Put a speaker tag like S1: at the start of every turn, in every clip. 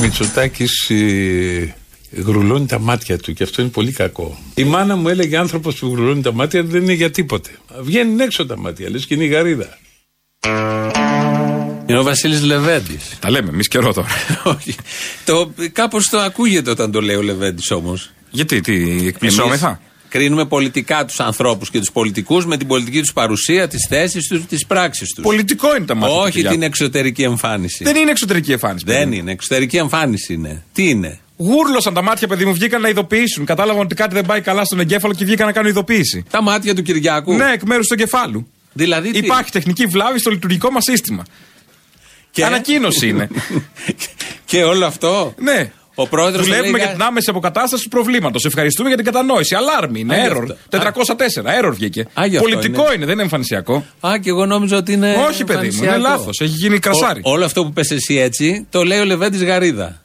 S1: Μητσοτάκης ε, γρουλώνει τα μάτια του και αυτό είναι πολύ κακό. Η μάνα μου έλεγε άνθρωπος που γρουλώνει τα μάτια δεν είναι για τίποτε. Βγαίνουν έξω τα μάτια, λες και είναι η γαρίδα.
S2: Είναι ο Βασίλης Λεβέντης.
S3: Τα λέμε, εμείς καιρό τώρα.
S2: Όχι. Το, κάπως το ακούγεται όταν το λέει ο Λεβέντης όμως.
S3: Γιατί, τι, εκπλησόμεθα.
S2: Κρίνουμε πολιτικά τους ανθρώπους και τους πολιτικούς με την πολιτική τους παρουσία, τις θέσεις τους, τις πράξεις τους.
S3: Πολιτικό είναι τα μάτια.
S2: Όχι την εξωτερική εμφάνιση.
S3: Δεν είναι εξωτερική εμφάνιση.
S2: Δεν είναι. Εξωτερική εμφάνιση είναι. Τι είναι.
S3: Γούρλωσαν τα μάτια, παιδί μου, βγήκαν να ειδοποιήσουν. Κατάλαβαν ότι κάτι δεν πάει καλά στον εγκέφαλο και βγήκαν να κάνουν ειδοποίηση.
S2: Τα μάτια του Κυριάκου.
S3: Ναι, εκ μέρους του εγκεφάλου.
S2: Δηλαδή, τι?
S3: Υπάρχει τεχνική βλάβη στο λειτουργικό μας σύστημα.
S2: Και-
S3: Ανακοίνωση είναι.
S2: Και όλο αυτό.
S3: ναι.
S2: Ο πρόεδρος
S3: Δουλεύουμε για την άμεση αποκατάσταση του προβλήματος. Ευχαριστούμε για την κατανόηση. Αλάρμη είναι.
S2: Α, γι'
S3: Error.
S2: αυτό.
S3: 404. Error βγήκε.
S2: Α, γι' αυτό
S3: Πολιτικό
S2: είναι.
S3: είναι. δεν είναι εμφανισιακό.
S2: Α, και εγώ νόμιζα ότι είναι.
S3: Όχι, παιδί μου, είναι
S2: εμφανισιακό.
S3: λάθος. Έχει γίνει κρασάρι.
S2: Ο- όλο αυτό που πες εσύ έτσι, το λέει ο Λεβέντης Γαρίδα.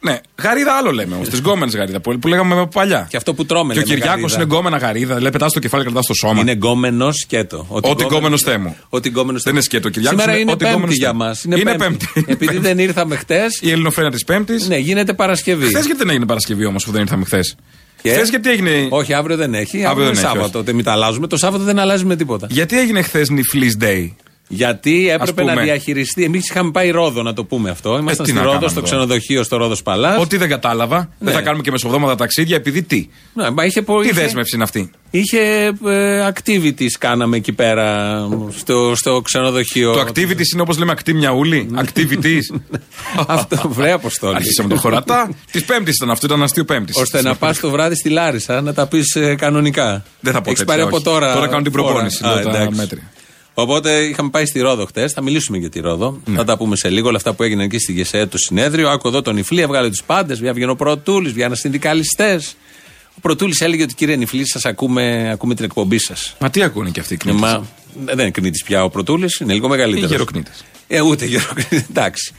S3: Ναι, γαρίδα άλλο λέμε όμως. Τη γκόμενη γαρίδα που, που λέγαμε από παλιά.
S2: Και αυτό που τρώμε.
S3: Και ο
S2: λέμε,
S3: Κυριάκος
S2: Γαρίδα.
S3: είναι γκόμενα γαρίδα. Δηλαδή πετάς το κεφάλι, κρατάς το σώμα.
S2: Είναι γκόμενος σκέτο.
S3: Ό,τι γκόμενος θέ μου.
S2: Ό,τι γκόμενος θέ
S3: Δεν είναι
S2: μου.
S3: σκέτο, Κυριάκος,
S2: Σήμερα
S3: είναι
S2: είναι,
S3: ό,τι
S2: Πέμπτη
S3: γκόμενος
S2: για
S3: θέ μου.
S2: μας.
S3: Είναι Πέμπτη.
S2: Επειδή
S3: Πέμπτη.
S2: δεν ήρθαμε χτε,
S3: Η ελληνοφρένα της Πέμπτης.
S2: ναι, γίνεται Παρασκευή.
S3: Χθες γιατί δεν έγινε Παρασκευή όμως που δεν ήρθαμε χθες.
S2: Και-
S3: Χθες γιατί έγινε.
S2: Όχι, αύριο δεν έχει. Αύριο,
S3: Αύριο
S2: είναι
S3: δεν έχει,
S2: Σάββατο. Δεν μην τα αλλάζουμε. Το Σάββατο δεν αλλάζουμε τίποτα.
S3: Γιατί έγινε χθες νυφλής Day.
S2: Γιατί έπρεπε
S3: Ας
S2: να
S3: πούμε. Ε,
S2: διαχειριστεί. Εμείς είχαμε πάει Ρόδο, να το πούμε αυτό. Ήμασταν
S3: τι
S2: στη
S3: να
S2: Ρόδο,
S3: κάναμε
S2: στο
S3: εδώ.
S2: ξενοδοχείο, στο Ρόδος Παλάς.
S3: Ό,τι δεν κατάλαβα.
S2: Ναι.
S3: Δεν θα κάνουμε και μεσοβδόματα ταξίδια επειδή τι.
S2: Ναι, μα είχε,
S3: Τι
S2: είχε,
S3: δέσμευση είναι αυτή.
S2: Είχε ε, activities κάναμε εκεί πέρα στο, στο ξενοδοχείο.
S3: Το activities είναι όπως λέμε ακτίμια ούλη.
S2: Ναι.
S3: Activities.
S2: Αυτό βρέα αποστόλη.
S3: Αρχίσαμε το χωρατά. Της Πέμπτης ήταν αυτό, ήταν αστείο Πέμπτης.
S2: Ώστε να πα το βράδυ στη Λάρισα να τα πεις κανονικά.
S3: Δεν θα πω
S2: Έχεις
S3: τέτοια,
S2: πάρει
S3: όχι.
S2: από τώρα.
S3: Τώρα κάνουν την
S2: φόρα.
S3: προπόνηση,
S2: Α,
S3: λέω, τα
S2: εντάξει.
S3: μέτρια.
S2: Οπότε είχαμε πάει στη Ρόδο χτες. Θα μιλήσουμε για τη Ρόδο.
S3: Ναι.
S2: Θα τα πούμε σε λίγο όλα αυτά που έγιναν εκεί στη Γεσαία το συνέδριο. Άκου εδώ τον Ιφλή, έβγαλε τους πάντες. Βγαίνει ο Πρωτούλης, βγαίνουν συνδικαλιστές. Ο Πρωτούλης έλεγε ότι κύριε Νιφλή, σας ακούμε, ακούμε την εκπομπή σας.
S3: Μα τι ακούνε και αυτοί οι κλίνοι.
S2: Ε, Μα δεν είναι κνήτης πια ο Πρωτούλης, είναι λίγο
S3: Οι
S2: μεγαλύτερο.
S3: γεροκνίτες.
S2: Ε, ούτε γεροκνήτης. Εντάξει.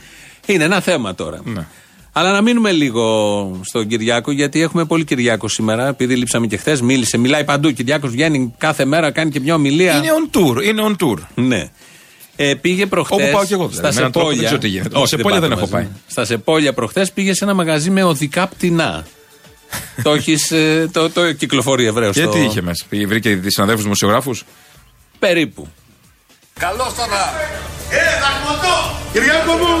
S2: Είναι ένα θέμα τώρα.
S3: Ναι.
S2: Αλλά να μείνουμε λίγο στον Κυριάκο, γιατί έχουμε πολύ Κυριάκο σήμερα. Επειδή λείψαμε και χθες, μίλησε, μιλάει παντού. Κυριάκος βγαίνει κάθε μέρα, κάνει και μια ομιλία.
S3: Είναι on tour, είναι on tour.
S2: Ναι. Ε, πήγε προχθές.
S3: Όπου πάω κι εγώ, δηλαδή.
S2: Στα
S3: Με έναν τρόπο δεν
S2: Σεπόλια.
S3: ξέρω τι γίνεται.
S2: Όχι,
S3: Σε Σεπόλια
S2: πάτε
S3: δεν έχω
S2: μαζί.
S3: πάει.
S2: Στα Σεπόλια προχθές πήγες σε ένα μαγαζί με οδικά πτηνά. το, έχεις, ε, το, το κυκλοφορεί ευρέως.
S3: Και τι είχε μέσα. Πήγε- Βρήκε τι συναδέλφους δημοσιογράφους.
S2: Περίπου.
S4: Καλώς τώρα. Ε, δαγματό! Κυριάκο μου,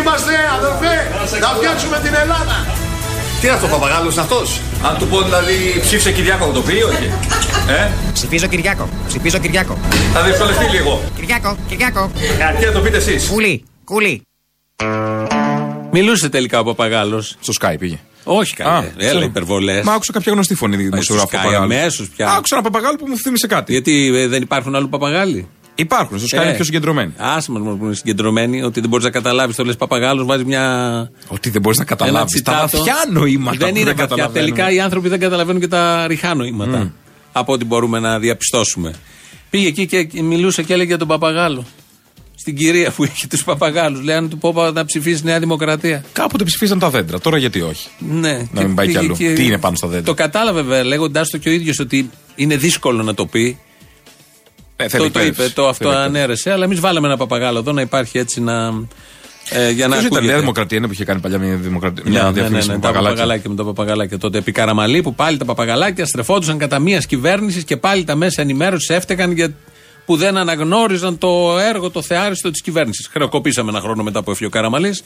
S4: είμαστε αδερφέ. Να φτιάξουμε την Ελλάδα. Τι είναι αυτό ο παπαγάλος αυτός.
S5: Αν του πω δηλαδή ψήφισε Κυριάκο, θα το πει ή όχι. Ε,
S6: Ψηφίζω Κυριάκο. Ψηφίζω Κυριάκο.
S5: θα δυσκολευτεί λίγο.
S6: Κυριάκο, Κυριάκο.
S5: Τι θα το πείτε εσείς.
S6: Κούλι, κούλι.
S2: Μιλούσε τελικά ο Παπαγάλος.
S3: Στο Skype πήγε.
S2: Όχι
S3: Α,
S2: καλέ. Ε, Έλα
S3: ξέρω.
S2: υπερβολές.
S3: Μα άκουσα κάποια γνωστή φωνή δημοσιογράφου.
S2: στο Sky
S3: Παπαγάλου.
S2: αμέσως πια.
S3: Άκουσα ένα παπαγάλο που μου θύμισε κάτι.
S2: Γιατί ε, δεν υπάρχουν άλλου παπαγάλοι.
S3: Υπάρχουν, στο Sky είναι πιο συγκεντρωμένοι.
S2: Άσε μας μόνο που είναι συγκεντρωμένοι, ότι δεν μπορείς να καταλάβεις. Το λες Παπαγάλος, βάζεις μια.
S3: Ότι δεν μπορείς να
S2: Ένα
S3: καταλάβεις. Τα
S2: τσιτάτο.
S3: βαθιά νοήματα
S2: Δεν
S3: που
S2: είναι
S3: δεν
S2: βαθιά.
S3: καταλαβαίνουμε.
S2: Τελικά οι άνθρωποι δεν καταλαβαίνουν και τα ριχά νοήματα. Από ό,τι μπορούμε να διαπιστώσουμε. Πήγε εκεί και μιλούσε και έλεγε για τον Παπαγάλο. Στην κυρία που έχει τους Παπαγάλους. Λέει αν του πω πα- να ψηφίσει Νέα Δημοκρατία.
S3: Κάποτε ψηφίζαν τα δέντρα, τώρα γιατί όχι.
S2: Ναι.
S3: Να μην πάει κι
S2: πήγε
S3: αλλού. Τι είναι πάνω στα δέντρα.
S2: Το κατάλαβε βέβαια λέγοντάς το και ο ίδιος ότι είναι δύσκολο να το πει.
S3: Ε,
S2: Το,
S3: θέλει
S2: το είπε,
S3: εκπαίδευση.
S2: το αυτό
S3: Θέλει εκπαίδευση.
S2: ανέρεσε. Αλλά εμείς βάλαμε ένα παπαγάλο εδώ να υπάρχει έτσι να. Ε, για να
S3: Ποιος ήταν η Νέα
S2: ακούγεται.
S3: Δημοκρατία είναι που είχε κάνει παλιά μια, δημοκρατία, μια
S2: Ναι, ναι, ναι,
S3: διαφήμιση
S2: ναι,
S3: με
S2: τα
S3: παπαγαλάκια.
S2: παπαγαλάκια με τα παπαγαλάκια τότε. Επί Καραμαλή που πάλι τα παπαγαλάκια στρεφόντουσαν κατά μίας κυβέρνησης και πάλι τα μέσα ενημέρωσης έφταιγαν για που δεν αναγνώριζαν το έργο, το θεάριστο της κυβέρνησης. Χρεοκοπήσαμε ένα χρόνο μετά που έφυγε ο Καραμαλή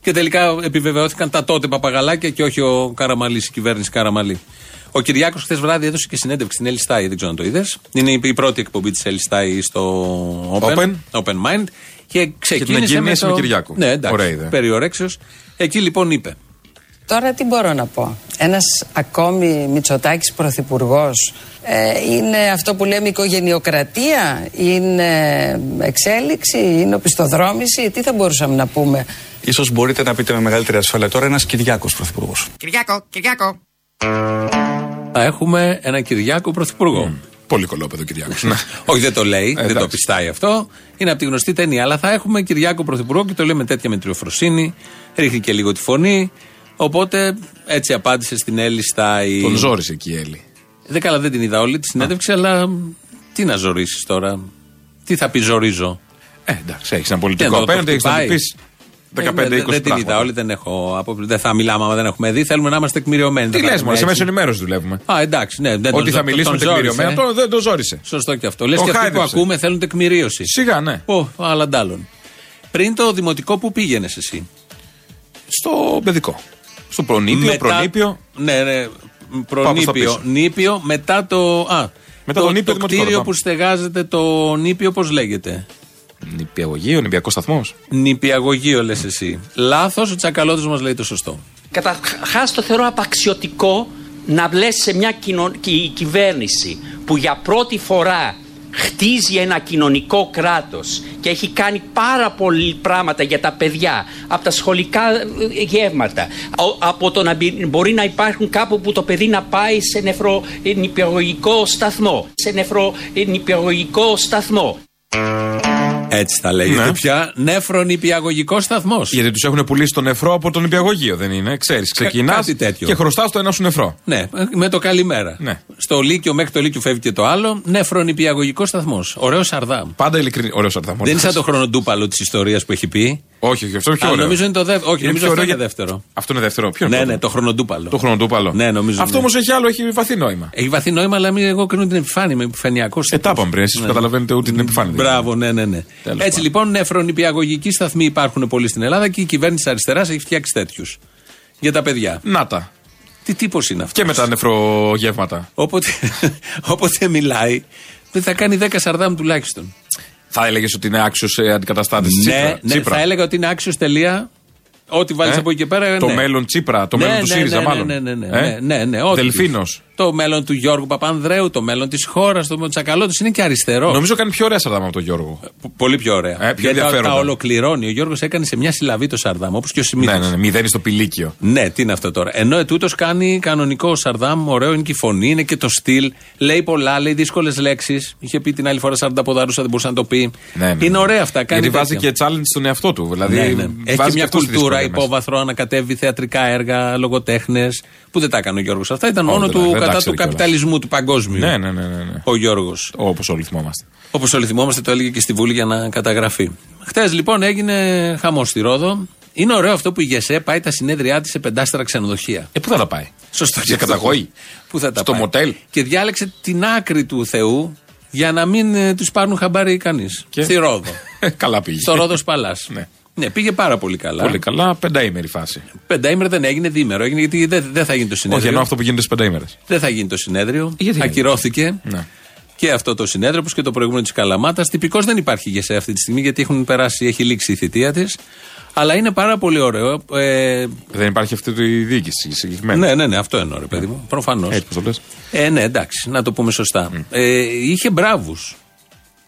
S2: και τελικά επιβεβαιώθηκαν τα τότε παπαγαλάκια και όχι ο Καραμαλής, η κυβέρνηση Καραμαλή. Ο Κυριάκος χθες βράδυ έδωσε και συνέντευξη στην Ελιστάη, δεν ξέρω αν το είδες. Είναι η- η πρώτη εκπομπή της Ελιστάη στο Open,
S3: Open.
S2: Open Mind. Και ξεκίνησε με
S3: εγκυμίαση
S2: το...
S3: με Κυριάκο.
S2: Ναι, εντάξει.
S3: Ωραία ιδέα.
S2: περί ορέξεως. Εκεί λοιπόν είπε.
S7: Τώρα τι μπορώ να πω. Ένας ακόμη Μητσοτάκης πρωθυπουργός. είναι αυτό που λέμε οικογενειοκρατία, είναι εξέλιξη, είναι οπισθοδρόμηση. Τι θα μπορούσαμε να πούμε.
S5: Ίσως μπορείτε να πείτε με μεγαλύτερη ασφάλεια τώρα ένας Κυριάκος πρωθυπουργός.
S6: Κυριάκο, Κυριάκο.
S2: Θα έχουμε ένα Κυριάκο πρωθυπουργό.
S3: Πολύ κολόπεδο Κυριάκος.
S2: Όχι, δεν το λέει, δεν
S3: εντάξει.
S2: το πιστάει αυτό. Είναι από τη γνωστή ταινία. Αλλά θα έχουμε Κυριάκο πρωθυπουργό και το λέει με τέτοια μετριοφροσύνη. Ρίχνει και λίγο τη φωνή. Οπότε έτσι απάντησε στην Έλλη στα. η-
S3: Τον ζόρισε εκεί η Έλλη.
S2: Δεν καλά, δεν την είδα όλη τη συνέντευξη, αλλά μ, τι να ζωρίσεις τώρα. Τι θα πει, Ζορίζω.
S3: Ε, εντάξει, έχεις ένα
S2: Τι να
S3: πολιτικό
S2: Ναι, το- το
S3: απέναντι, έχεις να του
S2: χτυπάει.
S3: πεις.
S2: Ε, δεν-
S3: 15-20
S2: Δεν την είδα,
S3: πράγματα.
S2: όλη δεν έχω. άποψη. Δεν θα μιλάμε άμα δεν έχουμε δει. Θέλουμε να είμαστε τεκμηριωμένοι.
S3: Τι
S2: δεν θα
S3: λες,
S2: λέμε
S3: Μωρέ, σε
S2: έτσι.
S3: μέσο ενημέρωση δουλεύουμε.
S2: Α, εντάξει, ναι. δεν
S3: Ότι
S2: τον-
S3: θα
S2: τον-
S3: μιλήσουμε
S2: τον
S3: τεκμηριωμένα,
S2: ζόρισε.
S3: το, δεν το ζόρισε.
S2: Σωστό και αυτό. Λες
S3: Ο
S2: και αυτοί που
S3: χάιδεψε.
S2: ακούμε θέλουν τεκμηρίωση.
S3: Σιγά, ναι.
S2: Πω, άλλα ντάλλον. Πριν το δημοτικό, πού πήγαινες εσύ.
S3: Στο παιδικό. Στο προνήπιο, προνήπιο.
S2: Ναι, ναι.
S3: στα
S2: Προνήπιο.
S3: πίσω.
S2: Νήπιο, μετά το. Α,
S3: Μετά το νήπιο δημοτικό, λοιπόν.
S2: κτίριο
S3: θα
S2: που
S3: πάμε.
S2: στεγάζεται το νήπιο, πώς λέγεται.
S3: Νηπιαγωγείο, νηπιακός σταθμός.
S2: Νηπιαγωγείο, λες εσύ. Λάθος, ο τσακαλώτο μας λέει το σωστό.
S8: Καταρχάς το θεωρώ απαξιωτικό να λες σε μια κοινο... κυ- κυβέρνηση που για πρώτη φορά χτίζει ένα κοινωνικό κράτος και έχει κάνει πάρα πολλή πράγματα για τα παιδιά από τα σχολικά ε, γεύματα ο- από το να μπει- μπορεί να υπάρχουν κάπου που το παιδί να πάει σε νευρονηπιαγωγικό σταθμό σε νευρονηπιαγωγικό σταθμό
S2: Έτσι θα λέγεται
S3: Ναι.
S2: πια. Νεφρονηπιαγωγικό σταθμός.
S3: Γιατί τους έχουν πουλήσει το νεφρό από το νηπιαγωγείο, δεν είναι. Ξέρεις, ξεκινάς
S2: κάτι τέτοιο.
S3: και χρωστάς το ένα σου νεφρό.
S2: Ναι, με το καλημέρα.
S3: Ναι.
S2: Στο Λύκειο, μέχρι το Λύκειο φεύγει και το άλλο. Ναι, Νεφρονηπιαγωγικό σταθμός. Ωραίος Σαρδάμ.
S3: Πάντα ειλικρινή. Ωραίος αρθαμό.
S2: Δεν είναι σαν το χρονοτούπαλο της ιστορίας που έχει πει.
S3: Όχι, όχι, αυτό είναι πιο
S2: Α,
S3: ωραίο.
S2: νομίζω είναι το δεύτερο. Όχι,
S3: Είναι πιο
S2: νομίζω αυτό
S3: ωραίο
S2: είναι
S3: για-
S2: δεύτερο.
S3: Αυτό είναι δεύτερο. Ποιο είναι
S2: Ναι,
S3: πρώτο?
S2: ναι, το χρονοτούπαλο.
S3: Το χρονοτούπαλο.
S2: Ναι, νομίζω.
S3: Αυτό
S2: ναι.
S3: όμως έχει άλλο, έχει βαθύ νόημα.
S2: Έχει βαθύ νόημα, αλλά μην εγώ κρίνω την επιφάνεια. Είμαι επιφανειακό.
S3: Ε, τα είπαμε πριν, εσείς που καταλαβαίνετε ούτε την επιφάνεια.
S2: Ναι. Μπράβο, ναι, ναι. ναι.
S3: Τέλος
S2: Έτσι
S3: πάντων.
S2: λοιπόν, νεφρονηπιαγωγικοί σταθμοί υπάρχουν πολλοί στην Ελλάδα και η κυβέρνηση αριστεράς έχει φτιάξει τέτοιους. Για τα παιδιά.
S3: Να τα.
S2: Τι τύπος είναι αυτός.
S3: Και με τα νεφρογεύματα.
S2: Όποτε, όποτε μιλάει, δεν θα κάνει 10 σαρδάμ τουλάχιστον.
S3: Θα έλεγες ότι είναι άξιος ε, αντικαταστάτης
S2: ναι, ναι, θα έλεγα ότι είναι άξιος τελεία. Ό,τι βάλεις
S3: Ε,
S2: από εκεί και πέρα.
S3: το
S2: ναι.
S3: μέλλον Τσίπρα, το μέλλον του ΣΥΡΙΖΑ,
S2: ναι,
S3: μάλλον.
S2: Ναι, ναι, ναι.
S3: Ε?
S2: ναι, ναι, ναι, ό,τι.
S3: Δελφίνος.
S2: Το μέλλον του Γιώργου Παπανδρέου, το μέλλον της χώρας, το μέλλον της είναι και αριστερό.
S3: Νομίζω κάνει πιο ωραία σαρδάμα από τον Γιώργο.
S2: Πο- Πολύ πιο ωραία.
S3: Ε, πιο
S2: Γιατί τα, τα
S3: ενδιαφέροντα.
S2: ολοκληρώνει. Ο Γιώργος έκανε σε μια συλλαβή το Σαρδάμ, όπως και ο Σιμίτη.
S3: Ναι, ναι, ναι, μηδέν στο πηλίκιο.
S2: Ναι, τι είναι αυτό τώρα. Ενώ ετούτο κάνει κανονικό Σαρδάμ, ωραίο είναι και η φωνή, είναι και το στυλ. Λέει πολλά, λέει δύσκολες λέξεις. Είχε πει την άλλη φορά 40 ποδάρουσα, δεν μπορούσε να το πει.
S3: Ναι, ναι,
S2: Είναι
S3: ναι.
S2: ωραία αυτά. Κάνει
S3: Γιατί βάζει
S2: τέτοια.
S3: και challenge στον εαυτό του. Δηλαδή
S2: Ναι, ναι. Έχει και
S3: βάζει
S2: μια
S3: αυτός στη
S2: κουλτούρα
S3: δυσκολία μέσα.
S2: υπόβαθρο, ανακατεύει θεατρικά έργα, λογοτέχνες. Που δεν τα έκανε ο Γιώργος. Αυτά ήταν
S3: Όλα
S2: μόνο
S3: τα-
S2: του
S3: δεν τα
S2: κατά του
S3: ήξερε κιόλας.
S2: καπιταλισμού, του παγκόσμιου.
S3: Ναι, ναι, ναι. ναι, ναι.
S2: Ο Γιώργος.
S3: Όπως όλοι θυμόμαστε.
S2: Όπως όλοι θυμόμαστε, το έλεγε και στη Βουλή για να καταγραφεί. Χθες λοιπόν έγινε χαμός στη Ρόδο. Είναι ωραίο αυτό που η ΓΕΣΕ πάει τα συνέδριά της σε πεντάστερα ξενοδοχεία.
S3: Ε, πού θα τα πάει.
S2: Σωστό.
S3: Για καταγωγή.
S2: Πού θα τα
S3: Στο
S2: πάει.
S3: μοτέλ.
S2: Και διάλεξε την άκρη του Θεού για να μην τους πάρουν χαμπάρι κανείς.
S3: Και?
S2: Στη Ρόδο.
S3: Ε, καλά πήγε.
S2: στο Ρόδος Παλάς.
S3: Ναι.
S2: πήγε πάρα πολύ καλά.
S3: Πολύ καλά, πενταήμερη φάση.
S2: Ναι, Πενταήμερο δεν έγινε, διήμερο έγινε γιατί δεν δεν θα γίνει το
S3: Όχι,
S2: συνέδριο.
S3: ενώ αυτό που γίνεται στις πενταήμερες.
S2: Δεν θα γίνει το συνέδριο.
S3: γιατί γίνεται.
S2: Ακυρώθηκε.
S3: Ναι.
S2: Και αυτό το συνέδριο, όπως και το προηγούμενο της Καλαμάτας. Τυπικώ δεν υπάρχει για σε αυτή τη στιγμή γιατί έχουν περάσει, έχει λήξει η θητεία της. Αλλά είναι πάρα πολύ ωραίο. Ε,
S3: Δεν υπάρχει αυτή η διοίκηση συγκεκριμένα.
S2: ναι, ναι, ναι, αυτό εννοώ, ρε παιδί μου. Προφανώς.
S3: Έτσι, πώς το λες.
S2: Ε, ναι, εντάξει, να το πούμε σωστά. Ε, είχε μπράβου.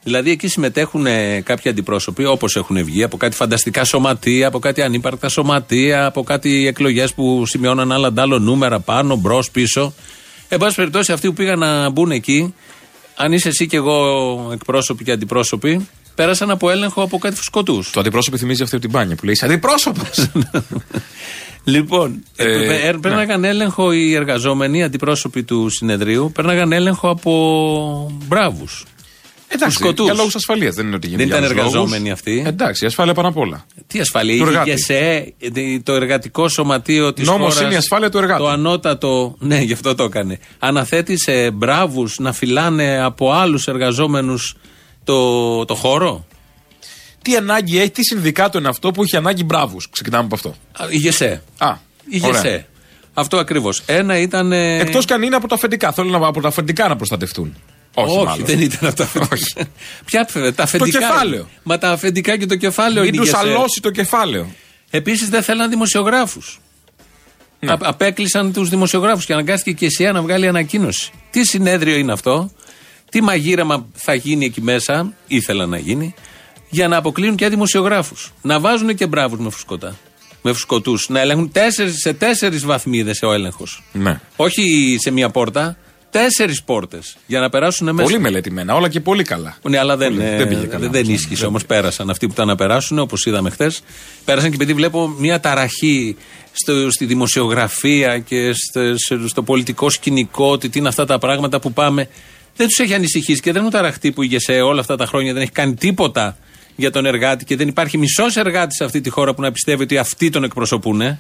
S2: Δηλαδή εκεί συμμετέχουν ε, κάποιοι αντιπρόσωποι όπως έχουν βγει από κάτι φανταστικά σωματεία, από κάτι ανύπαρκτα σωματεία, από κάτι εκλογές που σημειώναν άλλα αντάλλο νούμερα πάνω, μπρος, πίσω. Ε, Εν πάση περιπτώσει, αυτοί που πήγαν να μπουν εκεί, αν είσαι εσύ και εγώ εκπρόσωποι και αντιπρόσωποι, πέρασαν από έλεγχο από κάτι φουσκωτούς.
S3: Το αντιπρόσωπο θυμίζει αυτή την μπάνια που λέει Αντιπρόσωπος!
S2: Λοιπόν,
S3: Ε,
S2: ε, πε- πέρναγαν έλεγχο οι εργαζόμενοι, αντιπρόσωποι του συνεδρίου, πέρναγαν έλεγχο από μπράβους.
S3: Εντάξει,
S2: Σκοτούς.
S3: για λόγους ασφαλείας δεν είναι ότι γίνεται.
S2: Δεν
S3: για
S2: ήταν
S3: άλλους
S2: εργαζόμενοι
S3: λόγους.
S2: αυτοί.
S3: Εντάξει, η ασφάλεια πάνω απ' όλα.
S2: Τι ασφαλή,
S3: Του
S2: είχε
S3: εργάτη.
S2: και σε ε, το εργατικό σωματείο της χώρα.
S3: Νόμος είναι η ασφάλεια του εργάτη.
S2: Το ανώτατο, ναι, γι' αυτό το έκανε. Αναθέτει σε μπράβους να φυλάνε από άλλους εργαζόμενους το, το χώρο.
S3: Τι ανάγκη έχει, τι συνδικάτο είναι αυτό που έχει ανάγκη μπράβους. Ξεκινάμε από αυτό.
S2: Α, Η ΓΕΣΕ.
S3: Α,
S2: Η
S3: ωραία.
S2: ΓΕΣΕ. Αυτό ακριβώς. Ένα ήταν. ε,
S3: Εκτό και αν είναι από τα αφεντικά. Θέλω να από τα αφεντικά να προστατευτούν. Όχι, μάλλον.
S2: δεν ήταν αυτά. Ποια αφεντικά. Τα αφεντικά.
S3: κεφάλαιο.
S2: Μα τα αφεντικά και το κεφάλαιο
S3: Μην
S2: είναι
S3: του αλώσει το κεφάλαιο.
S2: Επίσης δεν θέλαν δημοσιογράφους.
S3: Ναι.
S2: απέκλεισαν τους δημοσιογράφους και αναγκάστηκε και η ΕΣΥΑ να βγάλει ανακοίνωση. Τι συνέδριο είναι αυτό, τι μαγείρεμα θα γίνει εκεί μέσα, ήθελα να γίνει, για να αποκλείουν και δημοσιογράφους. Να βάζουν και μπράβους με φουσκωτά. Με φουσκωτούς. Να ελέγχουν τέσσερις, σε τέσσερις βαθμίδες ο έλεγχος.
S3: Ναι.
S2: Όχι σε μία πόρτα, τέσσερις πόρτες για να περάσουν μέσα.
S3: Πολύ μελετημένα, όλα και πολύ καλά.
S2: Ναι, αλλά δεν,
S3: Πολύ.
S2: ε,
S3: Δεν πήγε καλά.
S2: δεν, δεν ίσχυσε όμως. Πέρασαν αυτοί που ήταν να περάσουν, όπως είδαμε χθες. Πέρασαν και επειδή βλέπω μια ταραχή στο, στη δημοσιογραφία και στε- σε- στο πολιτικό σκηνικό, ότι τι είναι αυτά τα πράγματα που πάμε. Δεν τους έχει ανησυχήσει και δεν έχουν ταραχτεί που η ΓΕΣΕ όλα αυτά τα χρόνια δεν έχει κάνει τίποτα για τον εργάτη και δεν υπάρχει μισός εργάτης σε αυτή τη χώρα που να πιστεύει ότι αυτοί τον εκπροσωπούν.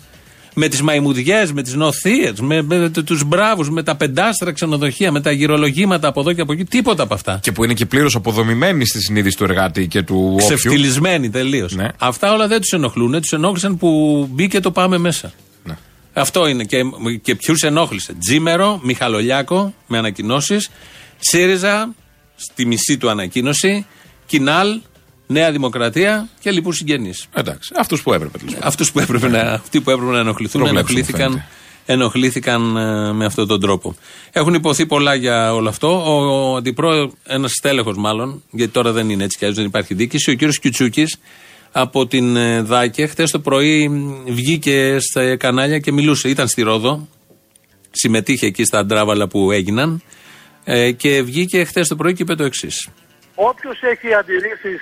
S2: Με τις μαϊμουδιές, με τις νοθείες, με, με τους μπράβους, με τα πεντάστρα ξενοδοχεία, με τα γυρολογήματα από εδώ και από εκεί, τίποτα από αυτά.
S3: Και που είναι και πλήρως αποδομημένοι στη συνείδηση του εργάτη και του όποιου.
S2: Ξεφτυλισμένοι τελείως.
S3: Ναι.
S2: Αυτά όλα δεν τους ενοχλούν. Τους ενόχλησαν που μπήκε το πάμε μέσα.
S3: Ναι.
S2: Αυτό είναι. Και, και ποιους ενόχλησε. Τζίμερο, Μιχαλολιάκο με ανακοινώσεις. ΣΥΡΙΖΑ στη μισή του ανακοίνωση. Κινάλ, Νέα Δημοκρατία και λοιπούς συγγενείς.
S3: Εντάξει, αυτούς που έπρεπε. τέλος πάντων.
S2: Αυτούς που έπρεπε να, αυτοί που έπρεπε να ενοχληθούν,
S3: Προβλέψιμο
S2: ενοχλήθηκαν,
S3: Ναι. φαίνεται.
S2: ενοχλήθηκαν ε, με αυτόν τον τρόπο. Έχουν υποθεί πολλά για όλο αυτό. Ο, ο αντιπρόεδρος, ένας τέλεχο μάλλον, γιατί τώρα δεν είναι έτσι κι αλλιώς, δεν υπάρχει διοίκηση, ο κύριος Κιουτσούκης από την ε, ΔΑΚΕ, χθε το πρωί μ, βγήκε στα κανάλια και μιλούσε. Ήταν στη Ρόδο, συμμετείχε εκεί στα αντράβαλα που έγιναν ε, και βγήκε χθε το πρωί και είπε το εξής.
S9: Όποιος έχει αντιρρήσεις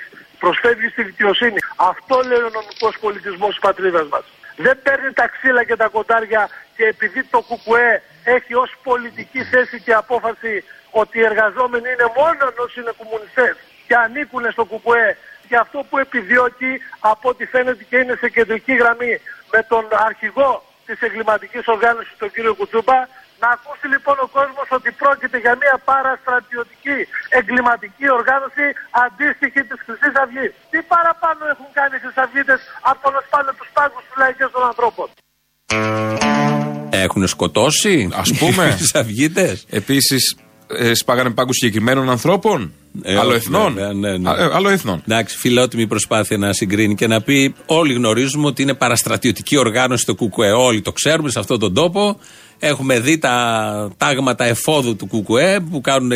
S9: προσφεύγει στη δικαιοσύνη. Αυτό λέει ο νομικός πολιτισμός της πατρίδας μας. Δεν παίρνει τα ξύλα και τα κοντάρια και επειδή το ΚΚΕ έχει ως πολιτική θέση και απόφαση ότι οι εργαζόμενοι είναι μόνο όσοι είναι κομμουνιστές και ανήκουν στο ΚΚΕ και αυτό που επιδιώκει από ό,τι φαίνεται και είναι σε κεντρική γραμμή με τον αρχηγό της εγκληματικής οργάνωσης, τον κύριο Κουτσούμπα, να ακούσει λοιπόν ο κόσμος ότι πρόκειται για μια παραστρατιωτική εγκληματική οργάνωση αντίστοιχη της Χρυσής Αυγής. Τι παραπάνω έχουν κάνει οι Χρυσαυγίτε από να σπάνε τους πάγκους τους λαϊκές των ανθρώπων.
S2: Έχουν σκοτώσει,
S3: Ας πούμε.
S2: Αυγίτες.
S3: Επίσης, ε, σπάγανε πάγκους συγκεκριμένων ανθρώπων.
S2: Ε, όχι,
S3: Αλλοεθνών.
S2: βέβαια, ναι, ναι.
S3: Α, ε, Αλλοεθνών.
S2: Εντάξει, φιλότιμη προσπάθεια να συγκρίνει και να πει: Όλοι γνωρίζουμε ότι είναι παραστρατιωτική οργάνωση το ΚΚΕ. Όλοι το ξέρουμε σε αυτόν τον τόπο. Έχουμε δει τα τάγματα εφόδου του ΚΚΕ που κάνουν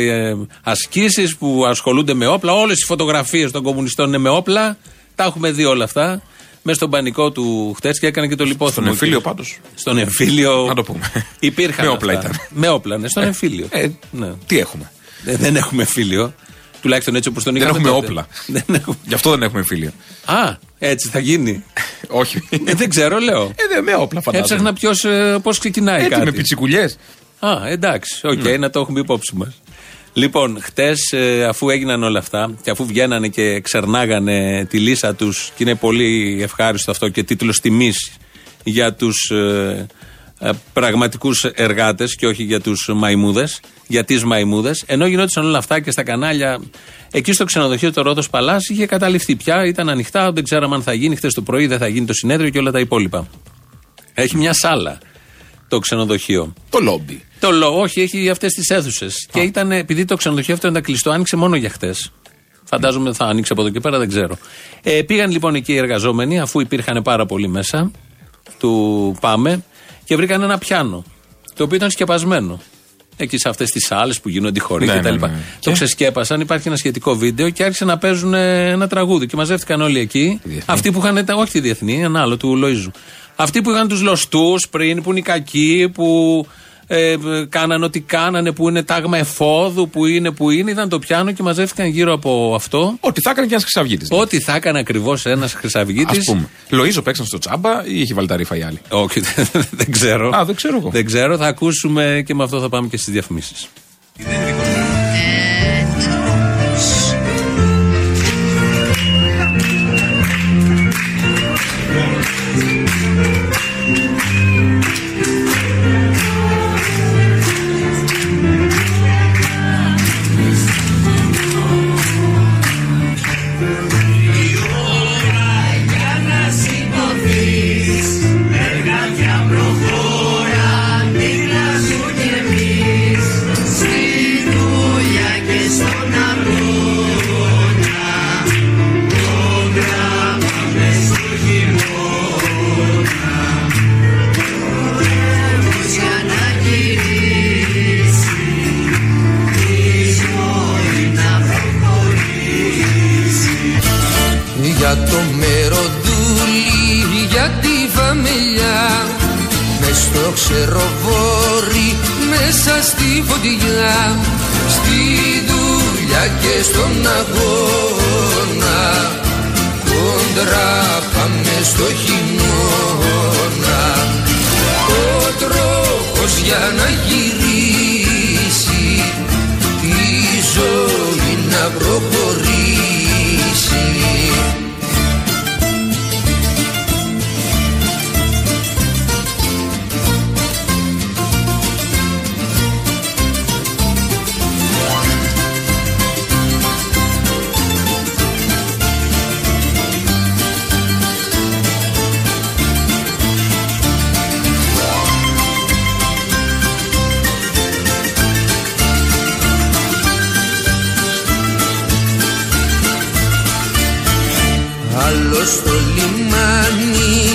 S2: ασκήσεις, που ασχολούνται με όπλα. Όλες οι φωτογραφίες των κομμουνιστών είναι με όπλα. Τα έχουμε δει όλα αυτά. Μέσα στον πανικό του χτες και έκανε και το
S3: Στον
S2: λιπόθυμο.
S3: εμφύλιο πάντως.
S2: Στον εμφύλιο.
S3: Να το πούμε.
S2: Υπήρχαν.
S3: Με όπλα
S2: αυτά.
S3: ήταν.
S2: Με όπλα, ναι, στον εμφύλιο.
S3: Ε,
S2: ναι.
S3: Τι έχουμε.
S2: Ε, Δεν έχουμε φίλιο. Τουλάχιστον έτσι όπως τον
S3: Δεν
S2: είχαμε.
S3: έχουμε
S2: τότε.
S3: όπλα.
S2: Δεν έχουμε.
S3: Γι' αυτό δεν έχουμε φίλια.
S2: Α, έτσι θα γίνει.
S3: Όχι.
S2: Ε, δεν ξέρω, λέω.
S3: Ε, δεν με όπλα φαντάζομαι.
S2: Έψαχνα ποιος πώς ξεκινάει
S3: Έτσι
S2: Ε, κάτι.
S3: Ε, με πιτσικουλιές.
S2: Α, εντάξει, οκ, να το έχουμε υπόψη μας. Λοιπόν, χτες, αφού έγιναν όλα αυτά και αφού βγαίνανε και ξερνάγανε τη λύσα τους, και είναι πολύ ευχάριστο αυτό και τίτλος τιμής για τους ε, πραγματικούς εργάτες και όχι για τους μαϊμούδες, για τις μαϊμούδες, ενώ γινόντουσαν όλα αυτά και στα κανάλια, εκεί στο ξενοδοχείο το Ρόδος Παλάς είχε καταληφθεί πια, ήταν ανοιχτά, δεν ξέραμε αν θα γίνει χτε το πρωί, δεν θα γίνει το συνέδριο και όλα τα υπόλοιπα. Έχει μια σάλα το ξενοδοχείο.
S3: Το λόμπι.
S2: Το λόγο, όχι, έχει αυτές τις αίθουσες. Και ήταν, επειδή το ξενοδοχείο αυτό ήταν κλειστό, άνοιξε μόνο για χτες. Φαντάζομαι θα ανοίξει από εδώ και πέρα, δεν ξέρω. Ε, πήγαν λοιπόν εκεί οι εργαζόμενοι, αφού υπήρχαν πάρα πολλοί μέσα, του Πάμε, και βρήκαν ένα πιάνο, το οποίο ήταν σκεπασμένο. Εκεί σε αυτές τις άλλες που γίνονται οι χωρί
S3: Ναι,
S2: κτλ.
S3: ναι, ναι.
S2: Το ξεσκέπασαν, υπάρχει ένα σχετικό βίντεο και άρχισαν να παίζουν ε, ένα τραγούδι. Και μαζεύτηκαν όλοι εκεί.
S3: διεθνή.
S2: Αυτοί που είχαν. τα- Όχι τη διεθνή, ένα άλλο του Λοίζου. Αυτοί που είχαν τους λοστούς πριν, που είναι οι κακοί, που ε, ε, κάνανε ό,τι κάνανε, που είναι τάγμα εφόδου, που είναι, που είναι, ήταν το πιάνο και μαζεύτηκαν γύρω από αυτό.
S3: Ό,τι θα έκανε και ένας χρυσαυγίτης.
S2: Ό,τι θα έκανε ακριβώς ένας χρυσαυγίτης.
S3: Ας πούμε. Λοίζο παίξαν στο τσάμπα ή είχε βάλει τα ρήφα οι άλλοι.
S2: Όχι, δεν ξέρω.
S3: Α, δεν ξέρω εγώ.
S2: Δεν ξέρω, θα ακούσουμε και με αυτό θα πάμε και στις διαφημίσεις.
S10: για το μεροδούλι, για τη φαμιλιά με στο ξεροβόρι, μέσα στη φωτιά στη δουλειά και στον αγώνα κόντρα πάμε στο χειμώνα ο τρόπος για να γυρίσει τη ζωή να προχωρήσει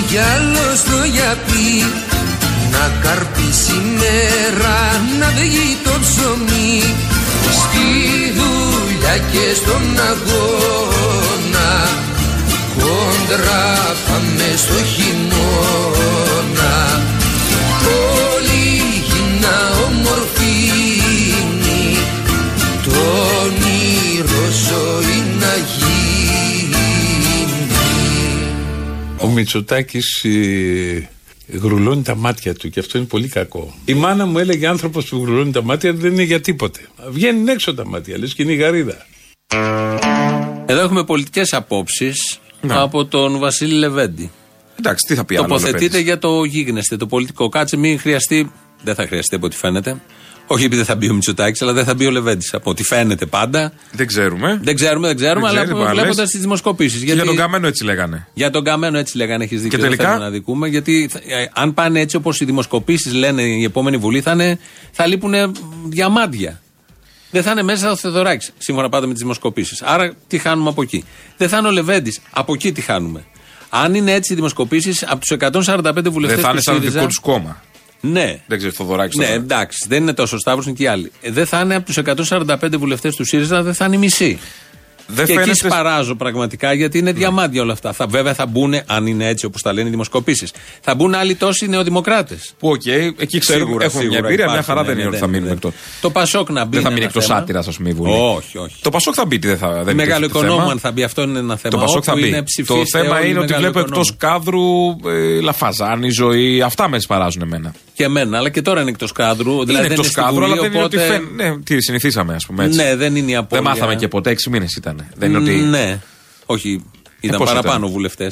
S10: κι άλλο στο γιαπί να καρπίσει η μέρα να βγει το ψωμί στη δουλειά και στον αγώνα κόντρα πάμε στο χειμώνα όλη να ομορφύνει το όνειρο ζωή να γίνει
S1: Ο Μητσοτάκης γρουλώνει τα μάτια του και αυτό είναι πολύ κακό. Η μάνα μου έλεγε άνθρωπος που γρουλώνει τα μάτια δεν είναι για τίποτε. Βγαίνουν έξω τα μάτια, λες και είναι η γαρίδα.
S2: Εδώ έχουμε πολιτικές απόψεις από τον Βασίλη Λεβέντη.
S3: Εντάξει, τι θα πει άλλο.
S2: Τοποθετείτε για το γίγνεσθε, το πολιτικό. Κάτσε, μην χρειαστεί. Δεν θα χρειαστεί από ό,τι φαίνεται. Όχι επειδή δεν θα μπει ο Μητσοτάκης, αλλά δεν θα μπει ο Λεβέντης. Από ό,τι φαίνεται πάντα.
S3: Δεν ξέρουμε.
S2: Δεν ξέρουμε, δεν ξέρουμε,
S3: Δεν ξέρετε,
S2: αλλά
S3: μα,
S2: βλέποντα
S3: λες.
S2: τις δημοσκοπήσεις.
S3: Και για τον Καμένο έτσι λέγανε.
S2: Για τον Καμένο έτσι λέγανε, έχεις δίκιο.
S3: Και
S2: δεν
S3: τελικά?
S2: θέλουμε να δικούμε. Γιατί θα- ε, αν πάνε έτσι όπως οι δημοσκοπήσεις λένε, η επόμενη βουλή θα, είναι, θα λείπουν διαμάντια. Δεν θα είναι μέσα ο Θεοδωράκης, σύμφωνα πάντα με τις δημοσκοπήσεις. Άρα τι χάνουμε από εκεί. Δεν θα είναι ο Λεβέντης. Από εκεί τι χάνουμε. Αν είναι έτσι οι δημοσκοπήσεις, από τους 145 βουλευτές.
S3: Δεν θα είναι σαν δικό τους κόμμα.
S2: Ναι.
S3: Δεν ξέρεις, Θοδωράκης.
S2: Ναι, εντάξει, δεν είναι τόσο Σταύρος, είναι και οι άλλοι. Ε, Δεν θα είναι από τους 145 βουλευτές του ΣΥΡΙΖΑ, δεν θα είναι η μισή.
S3: Δεν
S2: και εκεί
S3: φαίνεται-
S2: σπαράζω πραγματικά γιατί είναι διαμάντια όλα αυτά. Θα, βέβαια θα μπουν, αν είναι έτσι όπως τα λένε οι δημοσκοπήσεις, θα μπουν άλλοι τόσοι νεοδημοκράτες.
S3: Που οκ, εκεί ξέρουμε.
S2: Σίγουρα,
S3: Έχουμε μια
S2: σίγουρα
S3: εμπειρία, μια
S2: υπάρχουν,
S3: χαρά δεν
S2: ναι,
S3: είναι ότι
S2: δεν
S3: θα
S2: είναι,
S3: μείνουμε
S2: δεν
S3: εκτό.
S2: Το Πασόκ να μπη
S3: Δεν θα
S2: είναι
S3: μείνει
S2: ένα
S3: εκτός
S2: θέμα.
S3: άτυρας, ας πούμε, η Βουλή.
S2: Όχι, όχι.
S3: Το Πασόκ θα μπει, τι δεν θα. Δεν
S2: μεγάλο
S3: είναι το
S2: οικονόμο,
S3: θέμα.
S2: αν θα μπει, αυτό είναι ένα θέμα.
S3: Το Πασόκ θα
S2: Όπου
S3: μπει.
S2: είναι
S3: το
S2: ψηφίστε
S3: θέμα
S2: όλοι
S3: είναι ότι
S2: μεγάλο
S3: βλέπω εκτός
S2: οικονόμο.
S3: κάδρου ε, λαφαζάνη, ζωή. Αυτά με σπαράζουν εμένα.
S2: Και εμένα, αλλά και τώρα είναι εκτός κάδρου. Δηλαδή
S3: είναι
S2: δεν
S3: εκτό
S2: στη
S3: κάδρου, αλλά
S2: Βουλή,
S3: δεν είναι ότι
S2: οπότε-
S3: φαίνεται. Ναι, τι συνηθίσαμε, ας πούμε. Έτσι.
S2: Ναι, δεν είναι η απώλεια.
S3: δεν μάθαμε και ποτέ. Έξι μήνες ήταν. Δεν είναι ότι.
S2: Ναι. Όχι, ήταν
S3: Ε, πώς
S2: παραπάνω
S3: ήταν?
S2: βουλευτές.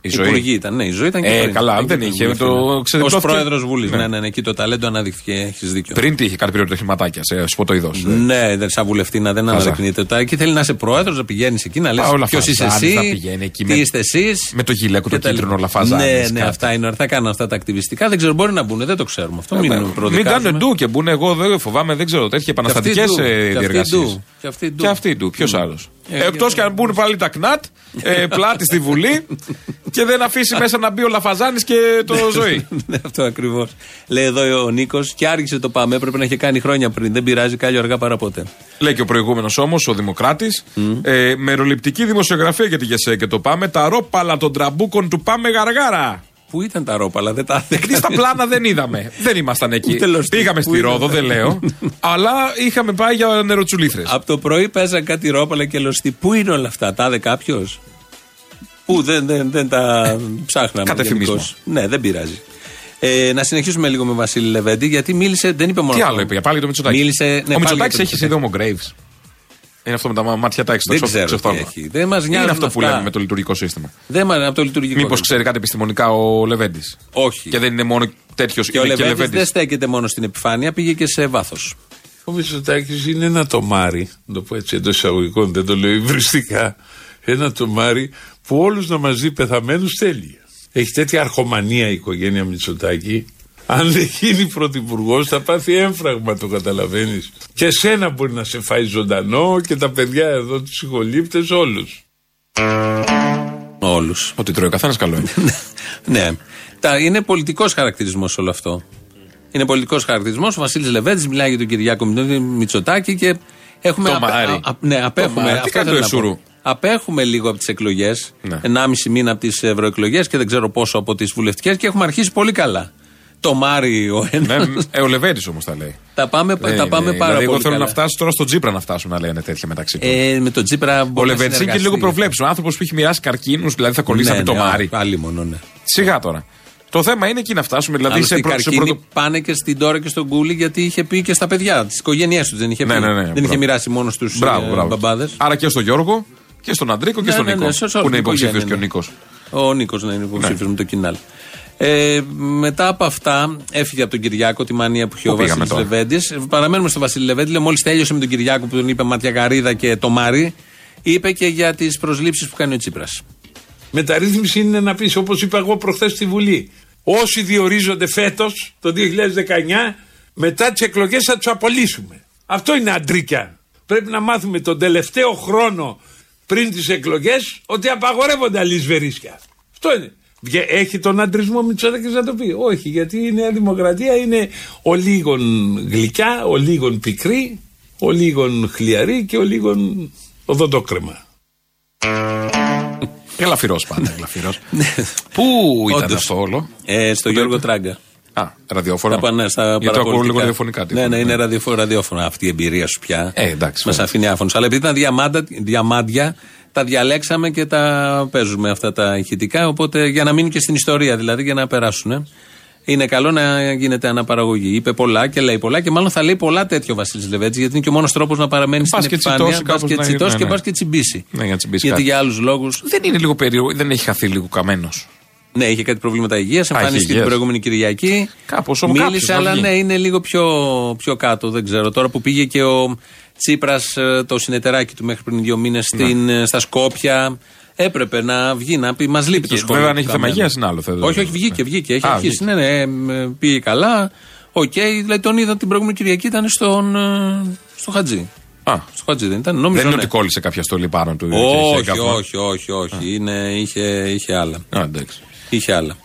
S3: Η ζωή.
S2: Υπουργοί ήταν, ναι, η ζωή ήταν και
S3: Ε,
S2: πριν.
S3: καλά,
S2: Ήταν
S3: δεν
S2: και
S3: είχε,
S2: πριν,
S3: το
S2: ναι.
S3: ξεδιπλώθηκε.
S2: Ως πρόεδρος Βουλής.
S3: Ναι.
S2: Ναι. ναι, ναι, εκεί το ταλέντο αναδείχθηκε, έχεις δίκιο.
S3: Πριν τι είχε κάνει πυρίοδο χρηματάκια σε σποτοειδό.
S2: Ναι, δεν σαν βουλευτή να δεν αναδεικνύεται. Τα- Εκεί θέλει να είσαι πρόεδρος, να πηγαίνεις εκεί, να λες
S3: Α, όλα
S2: ποιος είσαι
S3: φαζάνες
S2: εσύ,
S3: να πηγαίνει εκεί
S2: τι
S3: με-
S2: είστε εσείς.
S3: με το γυλαίκο το κίτρινο, όλα φαζάνες,
S2: Ναι, ναι,
S3: κάτι.
S2: αυτά είναι ωραία. Θα κάνουν αυτά τα ακτιβιστικά. Δεν ξέρω, μπορεί να μπουν, δεν το ξέρουμε αυτό. Μην
S3: Ε, ναι. Μην
S2: προδικάζουμε.
S3: κάνουν ντου και μπουν. Εγώ δεν φοβάμαι, δεν ξέρω. Τέτοιες
S2: Και αυτοί
S3: επαναστατικές
S2: ντου, και αυτοί
S3: διεργασίε.
S2: ντου, Και αυτοί ντου.
S3: Και αυτοί του. Ποιο άλλος.
S2: Ε,
S3: Εκτός
S2: και-
S3: και αν μπουν πάλι τα ΚΝΑΤ ε, πλάτη στη Βουλή και δεν αφήσει μέσα να μπει ο Λαφαζάνης και το ζωή.
S2: Ναι, αυτό ακριβώς. Λέει εδώ ο Νίκος και άργησε το πάμε. Έπρεπε να είχε κάνει χρόνια πριν. Δεν πειράζει, κάλιο αργά παρά ποτέ.
S3: Λέει και ο προηγούμενος όμως, ο Δημοκράτης.
S2: Mm.
S3: Ε, μεροληπτική δημοσιογραφία για τη ΓΕΣΕ και το πάμε. Τα ρόπαλα των τραμπούκων του πάμε γαργάρα.
S2: Πού ήταν τα ρόπαλα, δεν τα
S3: Τι στα πλάνα δεν είδαμε. δεν ήμασταν εκεί.
S2: Ούτε λωστή.
S3: Πήγαμε
S2: Πού
S3: στη
S2: είναι?
S3: Ρόδο, δεν λέω. αλλά είχαμε πάει για νεροτσουλήθρες.
S2: Από το πρωί παίζαν κάτι ρόπαλα και λωστή. Πού είναι όλα αυτά, τα είδε κάποιος. Πού δεν, δεν, δεν
S3: Ε,
S2: τα ψάχναμε.
S3: Κατ'
S2: γενικώς.
S3: εφημισμό.
S2: Ναι, δεν πειράζει. Ε, να συνεχίσουμε λίγο με Βασίλη Λεβέντη, γιατί μίλησε, δεν είπε μόνο.
S3: Τι
S2: αυτό.
S3: άλλο είπε, για πάλι το Μητσοτάκη.
S2: Μίλησε, ναι, πάλι
S3: ο
S2: για το
S3: Μητσοτάκη έχει
S2: Μητσοτάκη.
S3: συνδέομο Graves. Είναι αυτό με τα μα- μάτια τα έξω.
S2: Δεν ξέρω τι έχει. Δεν μας
S3: Είναι
S2: νοιάζουν
S3: αυτό που
S2: αυτά.
S3: λέμε με το λειτουργικό σύστημα.
S2: Δεν μας από το λειτουργικό.
S3: Μήπως ξέρει κάτι επιστημονικά ο Λεβέντης.
S2: Όχι.
S3: Και δεν είναι μόνο τέτοιος,
S2: Και ο
S3: είναι και
S2: Λεβέντη δεν
S3: Λεβέντη.
S2: στέκεται μόνο στην επιφάνεια, πήγε και σε βάθος.
S1: Ο Μητσοτάκης είναι ένα τομάρι, να το πω έτσι εντός εισαγωγικών, δεν το λέω υβριστικά. Ένα τομάρι που όλους να μαζί πεθαμένου θέλει. Έχει τέτοια αρχομανία η οικογένεια Μητσοτάκη. Αν δεν γίνει πρωθυπουργός, θα πάθει έμφραγμα, το καταλαβαίνεις. Και σένα μπορεί να σε φάει ζωντανό και τα παιδιά εδώ, τους συγχολήπτε, όλους.
S2: Όλους.
S3: Ότι τρώει ο καθένας καλό είναι.
S2: ναι. Τα, είναι πολιτικός χαρακτηρισμός όλο αυτό. Είναι πολιτικός χαρακτηρισμός. Ο Βασίλης Λεβέντης μιλάει για τον Κυριάκο Μητσοτάκη και έχουμε.
S3: Το
S2: απε-
S3: Μάρι.
S2: α- ναι, απέχουμε.
S3: Μάρι. Τι
S2: αυτό
S3: κάνει
S2: θέλω
S3: το
S2: να πω.
S3: Εσουρού?
S2: Απέχουμε λίγο από τις εκλογές.
S3: Ναι.
S2: Ενάμιση μήνα από τις ευρωεκλογές και δεν ξέρω πόσο από τις βουλευτικές και έχουμε αρχίσει πολύ καλά. Το Μάρι ο ένα.
S3: Ναι, ε, ο Λεβέντης όμως τα λέει.
S2: τα πάμε,
S3: Δεν
S2: τα
S3: είναι.
S2: πάμε πάρα
S3: δηλαδή,
S2: πολύ
S3: Εγώ θέλω
S2: καλά.
S3: να φτάσω τώρα στον Τζίπρα να φτάσουν να λένε τέτοια μεταξύ του.
S2: Ε, με τον Τσίπρα
S3: Ο
S2: μπορείς να
S3: Λεβέντης είναι και
S2: συνεργαστεί.
S3: λίγο προβλέψιμο. Άνθρωπος που έχει μοιράσει καρκίνους, δηλαδή θα κολλήσει
S2: Ναι,
S3: να πει
S2: ναι,
S3: το Μάρι.
S2: α, Άλλη μόνο, ναι.
S3: Σιγά τώρα. Το θέμα είναι εκεί να φτάσουμε. Δηλαδή
S2: Άλλωστε
S3: σε
S2: οι
S3: πρώτο. σε
S2: καρκίνοι
S3: πρώτο-
S2: πάνε και στην Τώρα και στον Κούλι γιατί είχε πει και στα παιδιά της οικογένειάς τους. Δεν είχε,
S3: Ναι,
S2: πει.
S3: ναι, ναι,
S2: δεν
S3: μπράβο.
S2: είχε μοιράσει ε, μόνο στου
S3: Μπράβο, μπράβο.
S2: μπαμπάδες.
S3: Άρα και στον Γιώργο και στον Αντρίκο
S2: Ναι,
S3: και στον Νίκο. Που είναι υποψήφιος και ο Ναι. Νίκος.
S2: Ο Νίκος να είναι υποψήφιος με το κοινάλ. Ε, μετά από αυτά, έφυγε από τον Κυριάκο τη μανία που είχε ο
S3: Πού πήγαμε
S2: Βασίλης
S3: τώρα?
S2: Λεβέντης. Παραμένουμε στο Βασίλη Λεβέντη. Λέω, μόλις τέλειωσε με τον Κυριάκο που τον είπε Ματιακαρίδα και το Μάρι, είπε και για τις προσλήψεις που κάνει ο Τσίπρας.
S1: Μεταρρύθμιση είναι να πεις, όπως είπα εγώ προχθές στη Βουλή, όσοι διορίζονται φέτος, το 2019, μετά τις εκλογές θα τους απολύσουμε. Αυτό είναι αντρίκια. Πρέπει να μάθουμε τον τελευταίο χρόνο πριν τις εκλογές ότι απαγορεύονται αλλή βερίσκια. Αυτό είναι. Βγε- Έχει τον αντρισμό Μητσοτάκης να το πει. Όχι, γιατί η Νέα Δημοκρατία είναι ο λίγον γλυκιά, ο λίγον πικρή, ο λίγον χλιαρή και ο λίγον οδοντόκρεμα.
S3: Γλαφυρό πάντα. Γλαφυρό. Πού ήταν
S2: Ναι. Όντως.
S3: αυτό όλο.
S2: Ε, στο Γιώργο Τράγκα.
S3: Α, ραδιόφωνο.
S2: Τα πάνε ναι, στα
S3: Γιατί το ακούω λίγο
S2: παραπολιτικά.
S3: ραδιοφωνικά. τι
S2: Ναι, ναι,
S3: έχουμε.
S2: είναι ραδιοφωνο, ραδιόφωνο αυτή η εμπειρία σου πια.
S3: Ε, εντάξει,
S2: Μας
S3: βέβαια.
S2: αφήνει άφωνο. Αλλά επειδή ήταν διαμάντα, διαμάντια, τα διαλέξαμε και τα παίζουμε αυτά τα ηχητικά. Οπότε για να μείνει και στην ιστορία δηλαδή, για να περάσουν. Είναι καλό να γίνεται αναπαραγωγή. Είπε πολλά και λέει πολλά και μάλλον θα λέει πολλά τέτοιο Βασίλης Λεβέτζη, γιατί είναι και ο μόνος τρόπος να παραμένει
S3: Πας
S2: στην
S3: και
S2: επιφάνεια.
S3: τσιτώσει
S2: Πας
S3: κάπως
S2: και
S3: να-
S2: τσιτώσεις
S3: ναι,
S2: και
S3: ναι.
S2: πας και τσιμπήσει.
S3: Ναι, για να τσιμπήσει
S2: γιατί
S3: κάτι.
S2: για άλλους λόγους.
S3: Δεν είναι λίγο περίεργο. Δεν έχει χαθεί λίγο καμένος.
S2: Ναι, είχε κάτι προβλήματα υγείας. Εμφανίστηκε
S3: υγείας.
S2: την προηγούμενη Κυριακή.
S3: Κάπως, όμως κάποιος
S2: Μίλησε,
S3: θα
S2: αλλά
S3: βγει.
S2: ναι, είναι λίγο πιο, πιο κάτω. Δεν ξέρω. Τώρα που πήγε και ο Τσίπρας, το συνεταιράκι του μέχρι πριν δύο μήνες
S3: Ναι.
S2: στα Σκόπια. Έπρεπε να βγει να πει. Μας λείπει το
S3: Βέβαια,
S2: σχόλιο.
S3: αν
S2: του
S3: έχει θέμα
S2: Καμένου.
S3: υγείας είναι άλλο, θα-
S2: Όχι, όχι, βγήκε, βγήκε. Έχει
S3: Α,
S2: αρχίσει. Ναι, ναι, ε, πήγε καλά. Οκ, δηλαδή τον είδα την προηγούμενη Κυριακή ήταν στον, ε, στο Χατζή.
S3: Α,
S2: Στο Χατζή δεν ήταν. Νόμιζα,
S3: δεν είναι
S2: ναι.
S3: ότι κόλλησε κάποια στολή πάνω του. και είχε
S2: Όχι,
S3: κάπου-
S2: όχι, όχι, όχι. Είναι, είχε, είχε άλλα.
S3: Α, εντάξει.
S2: Είχε άλλα.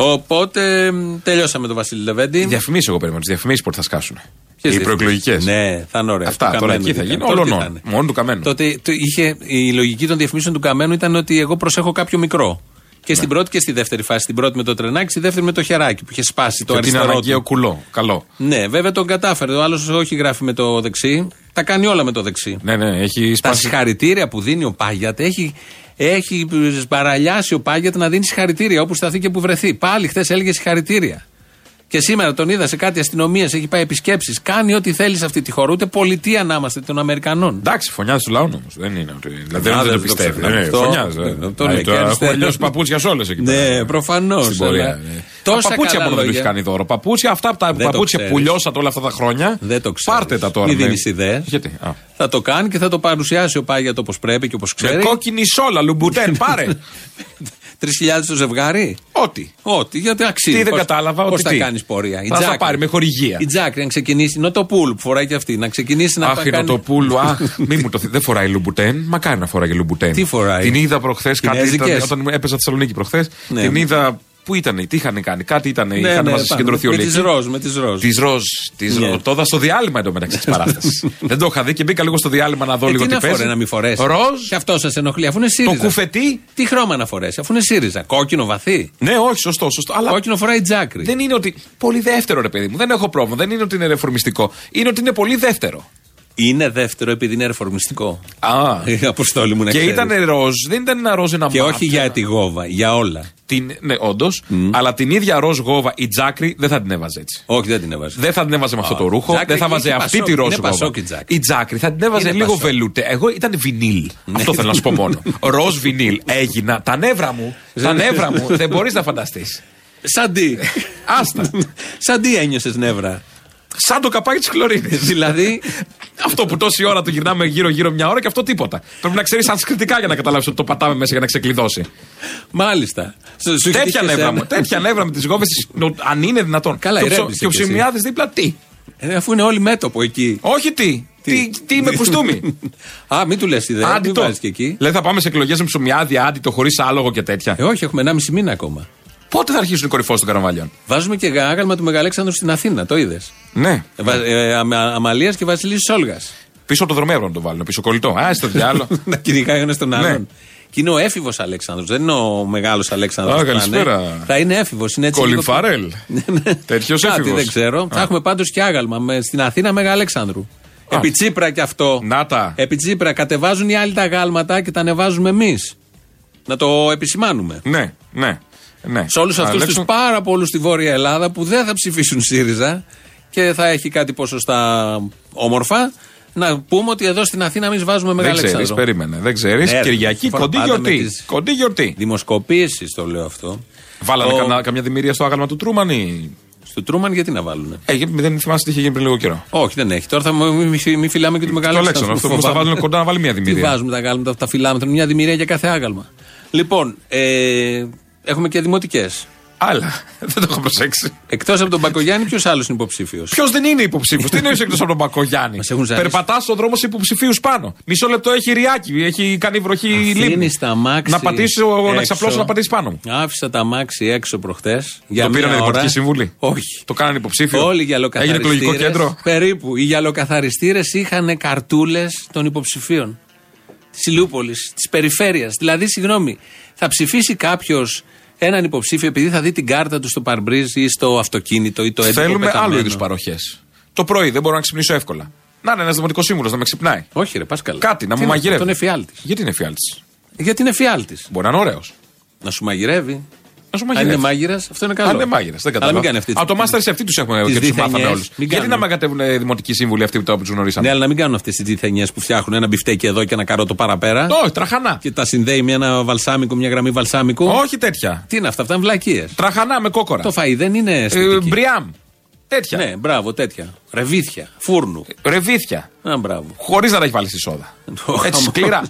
S2: Οπότε μ, τελειώσαμε το Βασίλη Λεβέντη.
S3: Διαφημίσει, εγώ περιμένω. Τις διαφημίσεις πότε θα σκάσουν.
S2: Ποιες
S3: Οι
S2: δι-
S3: προεκλογικές.
S2: Ναι, θα είναι ωραία.
S3: Αυτά,
S2: Του
S3: τώρα
S2: Καμένου
S3: εκεί θα
S2: ήταν.
S3: γίνει,
S2: Τότε
S3: όλων
S2: τι θα
S3: όλων.
S2: είναι.
S3: Μόνο του Καμένου.
S2: Τότε το είχε, η λογική των διαφημίσεων του Καμένου ήταν ότι εγώ προσέχω κάποιο μικρό. Και
S3: Ναι.
S2: στην πρώτη και στη δεύτερη φάση. Στην πρώτη με το τρενάκι, στη δεύτερη με το χεράκι που είχε σπάσει το
S3: Το είναι
S2: αριστερό.
S3: αναγκαίο
S2: Του.
S3: κουλό. Καλό.
S2: Ναι, βέβαια τον κατάφερε. Ο άλλος όχι γράφει με το δεξί. Τα κάνει όλα με το δεξί.
S3: Ναι, ναι, έχει
S2: Τα
S3: σπάσει.
S2: συγχαρητήρια που δίνει ο Πάγιατ έχει, έχει παραλιάσει ο Πάγιατ να δίνει συγχαρητήρια όπου σταθεί και που βρεθεί. Πάλι χθες έλεγε συγχαρητήρια. Και σήμερα τον είδα σε κάτι αστυνομίες, έχει πάει επισκέψεις. Κάνει ό,τι θέλει σε αυτή τη χώρα. Ούτε πολιτεία να είμαστε των Αμερικανών.
S3: Εντάξει, φωνιά του λαού όμως. Δεν είναι. ότι- Δηλαδή
S2: Α,
S3: δεν
S2: δεν
S3: το
S2: το
S3: πιστεύει.
S2: ξεχνάμε
S3: Ναι,
S2: αυτό.
S3: Φωνιά.
S2: Ναι, αυτό ναι, και
S3: Τώρα έχουμε
S2: αριστερά.
S3: λιώσει παπούτσια σε όλες εκεί πέρα. ε,
S2: Ναι, προφανώς.
S3: Στην πορεία. ναι. Τα
S2: Τόσα
S3: παπούτσια
S2: καλά
S3: μόνο δεν τους έχει
S2: λόγια.
S3: κάνει δώρο. Παπούτσια, αυτά τα
S2: Δεν το
S3: παπούτσια
S2: ξέρεις.
S3: που λιώσατε όλα αυτά τα χρόνια.
S2: Δεν το ξέρεις.
S3: Πάρτε τα τώρα.
S2: Μη
S3: με-
S2: δίνεις ιδέες.
S3: Γιατί. α.
S2: Θα το κάνει και θα το παρουσιάσει ο Πάγιατ όπως πρέπει και όπως
S3: Με
S2: ξέρει.
S3: κόκκινη σόλα, λουμπουτέν, πάρε.
S2: 3.000 το ζευγάρι.
S3: Ό,τι.
S2: Ό,τι, γιατί αξίζει.
S3: Τι δεν
S2: Πώς-
S3: κατάλαβα,
S2: πώς
S3: ότι
S2: θα
S3: τι.
S2: κάνεις πορεία. Η
S3: Θα τα
S2: Τζάκρη.
S3: πάρει με χορηγία.
S2: Η Τζάκρη να ξεκινήσει. Νοτοπούλ που φοράει και αυτή. Να ξεκινήσει να
S3: Αχ,
S2: τα κάνει.
S3: είναι το πουλου, αχ, μη μου το θυ- Δεν φοράει λουμπουτέν, μακάρι να φοράει λουμπουτέν.
S2: Τι φοράει?
S3: Την είδα προχθές κάτι.
S2: Κινέζικες?
S3: Ήταν, όταν έπαιζα Θεσσαλονίκη προχθές,
S2: Ναι.
S3: την είδα. Πού ήταν, τι είχαν κάνει, κάτι ήταν,
S2: Ναι,
S3: είχαν
S2: ναι,
S3: μα
S2: πάμε.
S3: συγκεντρωθεί
S2: με
S3: όλοι.
S2: τις
S3: εκεί.
S2: ροζ, με τις ροζ.
S3: Τη ροζ. Της
S2: Ναι.
S3: ροζ. Το είδα στο διάλειμμα εντωμεταξύ της παράστασης. Δεν το είχα δει και μπήκα λίγο στο διάλειμμα να δω
S2: Ε,
S3: λίγο
S2: τι
S3: τι
S2: να
S3: παίζει.
S2: φορέ να μην φορέσει.
S3: Ροζ.
S2: Και αυτό σας ενοχλεί, αφού είναι
S3: Το
S2: ΣΥΡΙΖΑ.
S3: κουφετί.
S2: Τι χρώμα να φορέσει, αφού είναι ΣΥΡΙΖΑ. Κόκκινο βαθύ.
S3: Ναι, όχι, σωστό, σωστό. Αλλά
S2: Κόκκινο φοράει η Τζάκρη.
S3: δεν είναι ότι. Πολύ δεύτερο, ρε παιδί μου. Δεν έχω πρόβλημα. Δεν είναι ότι είναι ρεφορμιστικό. Είναι ότι είναι πολύ δεύτερο.
S2: Είναι δεύτερο επειδή είναι ρεφορμιστικό.
S3: Α.
S2: Η αποστόλη μου να
S3: και
S2: Ναι, ξέρεις.
S3: ήταν ροζ. Δεν ήταν ένα ροζ, ένα
S2: Και
S3: μαύρο.
S2: όχι για τη γόβα, για όλα.
S3: Την, ναι, όντως. Αλλά την ίδια ροζ γόβα η Τζάκρη δεν θα την έβαζε έτσι.
S2: Όχι, δεν την έβαζε.
S3: Δεν θα την έβαζε με αυτό
S2: Α,
S3: το ρούχο,
S2: Τζάκρη
S3: δεν θα
S2: και
S3: βάζε
S2: είναι
S3: αυτή τη
S2: Πασόκ,
S3: ροζ
S2: είναι
S3: γόβα.
S2: Πασόκ η Τζάκρη.
S3: Η Τζάκρη θα την έβαζε
S2: Είναι
S3: λίγο
S2: Πασόκ.
S3: βελούτε. Εγώ ήταν βινίλ. Αυτό θέλω να σου πω μόνο. ροζ βινίλ. Έγινα. Τα νεύρα μου. τα νεύρα μου. δεν μπορείς να φανταστείς.
S2: Σαν τι.
S3: Άστα.
S2: Σαν τι ένιωσες νεύρα.
S3: Σαν το καπάκι της χλωρίνη.
S2: δηλαδή,
S3: αυτό που τόση ώρα το γυρνάμε γύρω-γύρω μια ώρα και αυτό τίποτα. Πρέπει να ξέρεις ανσκριτικά για να καταλάβεις ότι το πατάμε μέσα για να ξεκλειδώσει.
S2: μάλιστα. Σου- σου είχε τύχει
S3: τέτοια
S2: και
S3: νεύρα
S2: εσένα.
S3: μου. Τέτοια νεύρα με τις γόβες, αν είναι δυνατόν.
S2: Καλά,
S3: Και ο ψο-
S2: ηρέμησε
S3: Και ο
S2: κι εσύ.
S3: ψημιάδη δίπλα τι.
S2: Ε, αφού είναι όλοι μέτωπο εκεί.
S3: Όχι τι. Τι, Ε, τι με κουστούμι.
S2: Α, μην του λες ιδέα.
S3: Άντι
S2: Μην
S3: το.
S2: βάζει και εκεί.
S3: Λέει θα πάμε σε εκλογές με ψωμιάδι, άντι το χωρίς άλογο και τέτοια.
S2: Ε, όχι, έχουμε 1,5 μήνα ακόμα.
S3: Πότε θα αρχίσουν οι κορυφώσει των καρναβαλιών.
S2: Βάζουμε και γάγαλμα του Μεγαλέξανδρου στην Αθήνα, το είδες.
S3: Ναι.
S2: Ε, βα- ε, αμα- Αμαλίας και Βασιλής Σόλγας.
S3: Πίσω από το δρομέρο να το βάλουν, πίσω κολλητό. Α, στο διάλογο.
S2: να κυνηγάει ένας τον
S3: Ναι.
S2: άλλον. Και είναι ο έφηβος Αλέξανδρος, δεν είναι ο μεγάλος Αλέξανδρος.
S3: Α, καλησπέρα.
S2: Θα είναι έφηβος. Είναι έτσι
S3: Colin
S2: λίγο πιο-
S3: Farrell.
S2: Ναι, ναι.
S3: Τέτοιος
S2: Κάτι
S3: έφηβος.
S2: δεν ξέρω. Θα
S3: Α.
S2: έχουμε πάντως και άγαλμα με, στην Αθήνα Μέγα Αλέξανδρου.
S3: Α.
S2: Επί Τσίπρα κι αυτό.
S3: Να τα.
S2: Επί Τσίπρα κατεβάζουν οι άλλοι τα γάλματα και τα ανεβάζουμε εμείς. Να το επισημάνουμε.
S3: ναι, ναι. ναι.
S2: Σε όλους αυτούς τους πάρα πολλούς στη Βόρεια Ελλάδα που δεν θα ψηφίσουν ΣΥΡΙΖΑ και θα έχει κάτι ποσοστά όμορφα, να πούμε ότι εδώ στην Αθήνα εμείς βάζουμε
S3: Δεν
S2: μεγάλη
S3: ξέρεις,
S2: Αλεξάνδρο.
S3: περίμενε. Δεν ξέρεις.
S2: Ναι, ρε,
S3: Κυριακή,
S2: συμφωνώ,
S3: κοντή
S2: πάντα με
S3: γιορτή.
S2: τις-
S3: Κοντή γιορτή.
S2: Δημοσκοπήσεις το λέω αυτό.
S3: Βάλανε
S2: Ο-
S3: καμιά- καμιά δημιουργία στο άγαλμα του Τρούμαν ή.
S2: Στο Τρούμαν γιατί να βάλουνε.
S3: Ε, δεν θυμάστε τι είχε γίνει πριν λίγο καιρό.
S2: Όχι, δεν έχει. Τώρα θα μην μη, μη φυλάμε και το μεγάλο
S3: Το Αλέξανδρο, αυτό που θα βάλουν κοντά να βάλει μια
S2: Τι
S3: δημιουργία.
S2: βάζουμε τα γάλματα, τα φυλάμε, θα είναι μια δημιουργία για κάθε άγαλμα. Λοιπόν, ε, έχουμε και δημοτικές.
S3: Άλλα. Δεν το έχω προσέξει.
S2: Εκτός από τον Μπακογιάννη, ποιος άλλος είναι υποψήφιος.
S3: Ποιος δεν είναι υποψήφιος. Τι εννοείς εκτός από τον Μπακογιάννη.
S2: Μας έχουν ζαλίσει.
S3: Περπατάς στον δρόμο σε υποψηφίους πάνω. Μισό λεπτό έχει ριάκι, έχει κάνει βροχή λίμνη.
S2: Αφήνει τα αμάξι.
S3: Να πατήσω, να
S2: έξω.
S3: ξαπλώσω, να πατήσεις πάνω μου.
S2: Άφησα τα αμάξι έξω προχτέ.
S3: Το πήρανε δημοτική συμβουλή.
S2: Όχι.
S3: Το κάνανε υποψήφιο.
S2: Όλοι οι
S3: Έγινε
S2: γυαλοκαθαριστήρε.
S3: εκλογικό κέντρο.
S2: Περίπου. Οι γυαλοκαθαριστήρες είχαν καρτούλες των υποψηφίων. Της Ηλιούπολης, της περιφέρειας. Δηλαδή, συγγνώμη, θα ψηφίσει κάποιος έναν υποψήφιο επειδή θα δει την κάρτα του στο παρμπρίζ ή στο αυτοκίνητο ή το έντυπο
S3: Θέλουμε
S2: πεταμένο.
S3: άλλου είδους παροχές. Το πρωί δεν μπορώ να ξυπνήσω εύκολα. Να είναι ένας δημοτικός σύμβουλος να με ξυπνάει.
S2: Όχι, ρε, πας καλά.
S3: Κάτι, να μου
S2: Τι είναι
S3: μαγειρεύει.
S2: αυτό, Τον εφιάλτη.
S3: Γιατί είναι εφιάλτη.
S2: Γιατί είναι εφιάλτη.
S3: Μπορεί να είναι ωραίος.
S2: Να σου μαγειρεύει.
S3: Να σου
S2: Αν είναι
S3: μαγειρεύει.
S2: μάγειρας, αυτό είναι καλό.
S3: Αν είναι μάγειρε, δεν
S2: Αλλά
S3: κατάλαβα.
S2: μην κάνει αυτή.
S3: Από το Masterchef τι τους έχουμε και
S2: τις
S3: του μάθανε
S2: διθενιές.
S3: όλους.
S2: Μην
S3: Γιατί να
S2: κάνουμε.
S3: μαγατεύουν ε, δημοτικοί σύμβουλοι αυτοί που του
S2: Ναι,
S3: γνωρίσαμε.
S2: αλλά να μην κάνουν αυτές τις διθενιέ που φτιάχνουν ένα μπιφτέκι εδώ και ένα καρότο παραπέρα.
S3: Όχι, τραχανά.
S2: Και τα συνδέει με ένα βαλσάμικο, μια γραμμή βαλσάμικου.
S3: Όχι τέτοια.
S2: Τι είναι αυτά, αυτά είναι βλακίες.
S3: Τραχανά με κόκορα.
S2: Το φαΐ δεν είναι
S3: Ε,
S2: αισθητική.
S3: Μπριάμ. Τέτοια.
S2: ναι, μπράβο, τέτοια. Ρεβίθια, φούρνου.
S3: Ρεβίθια.
S2: Α, μπράβο.
S3: Χωρίς να τα έχει βάλει στη σόδα. Ε- Έτσι σκληρά.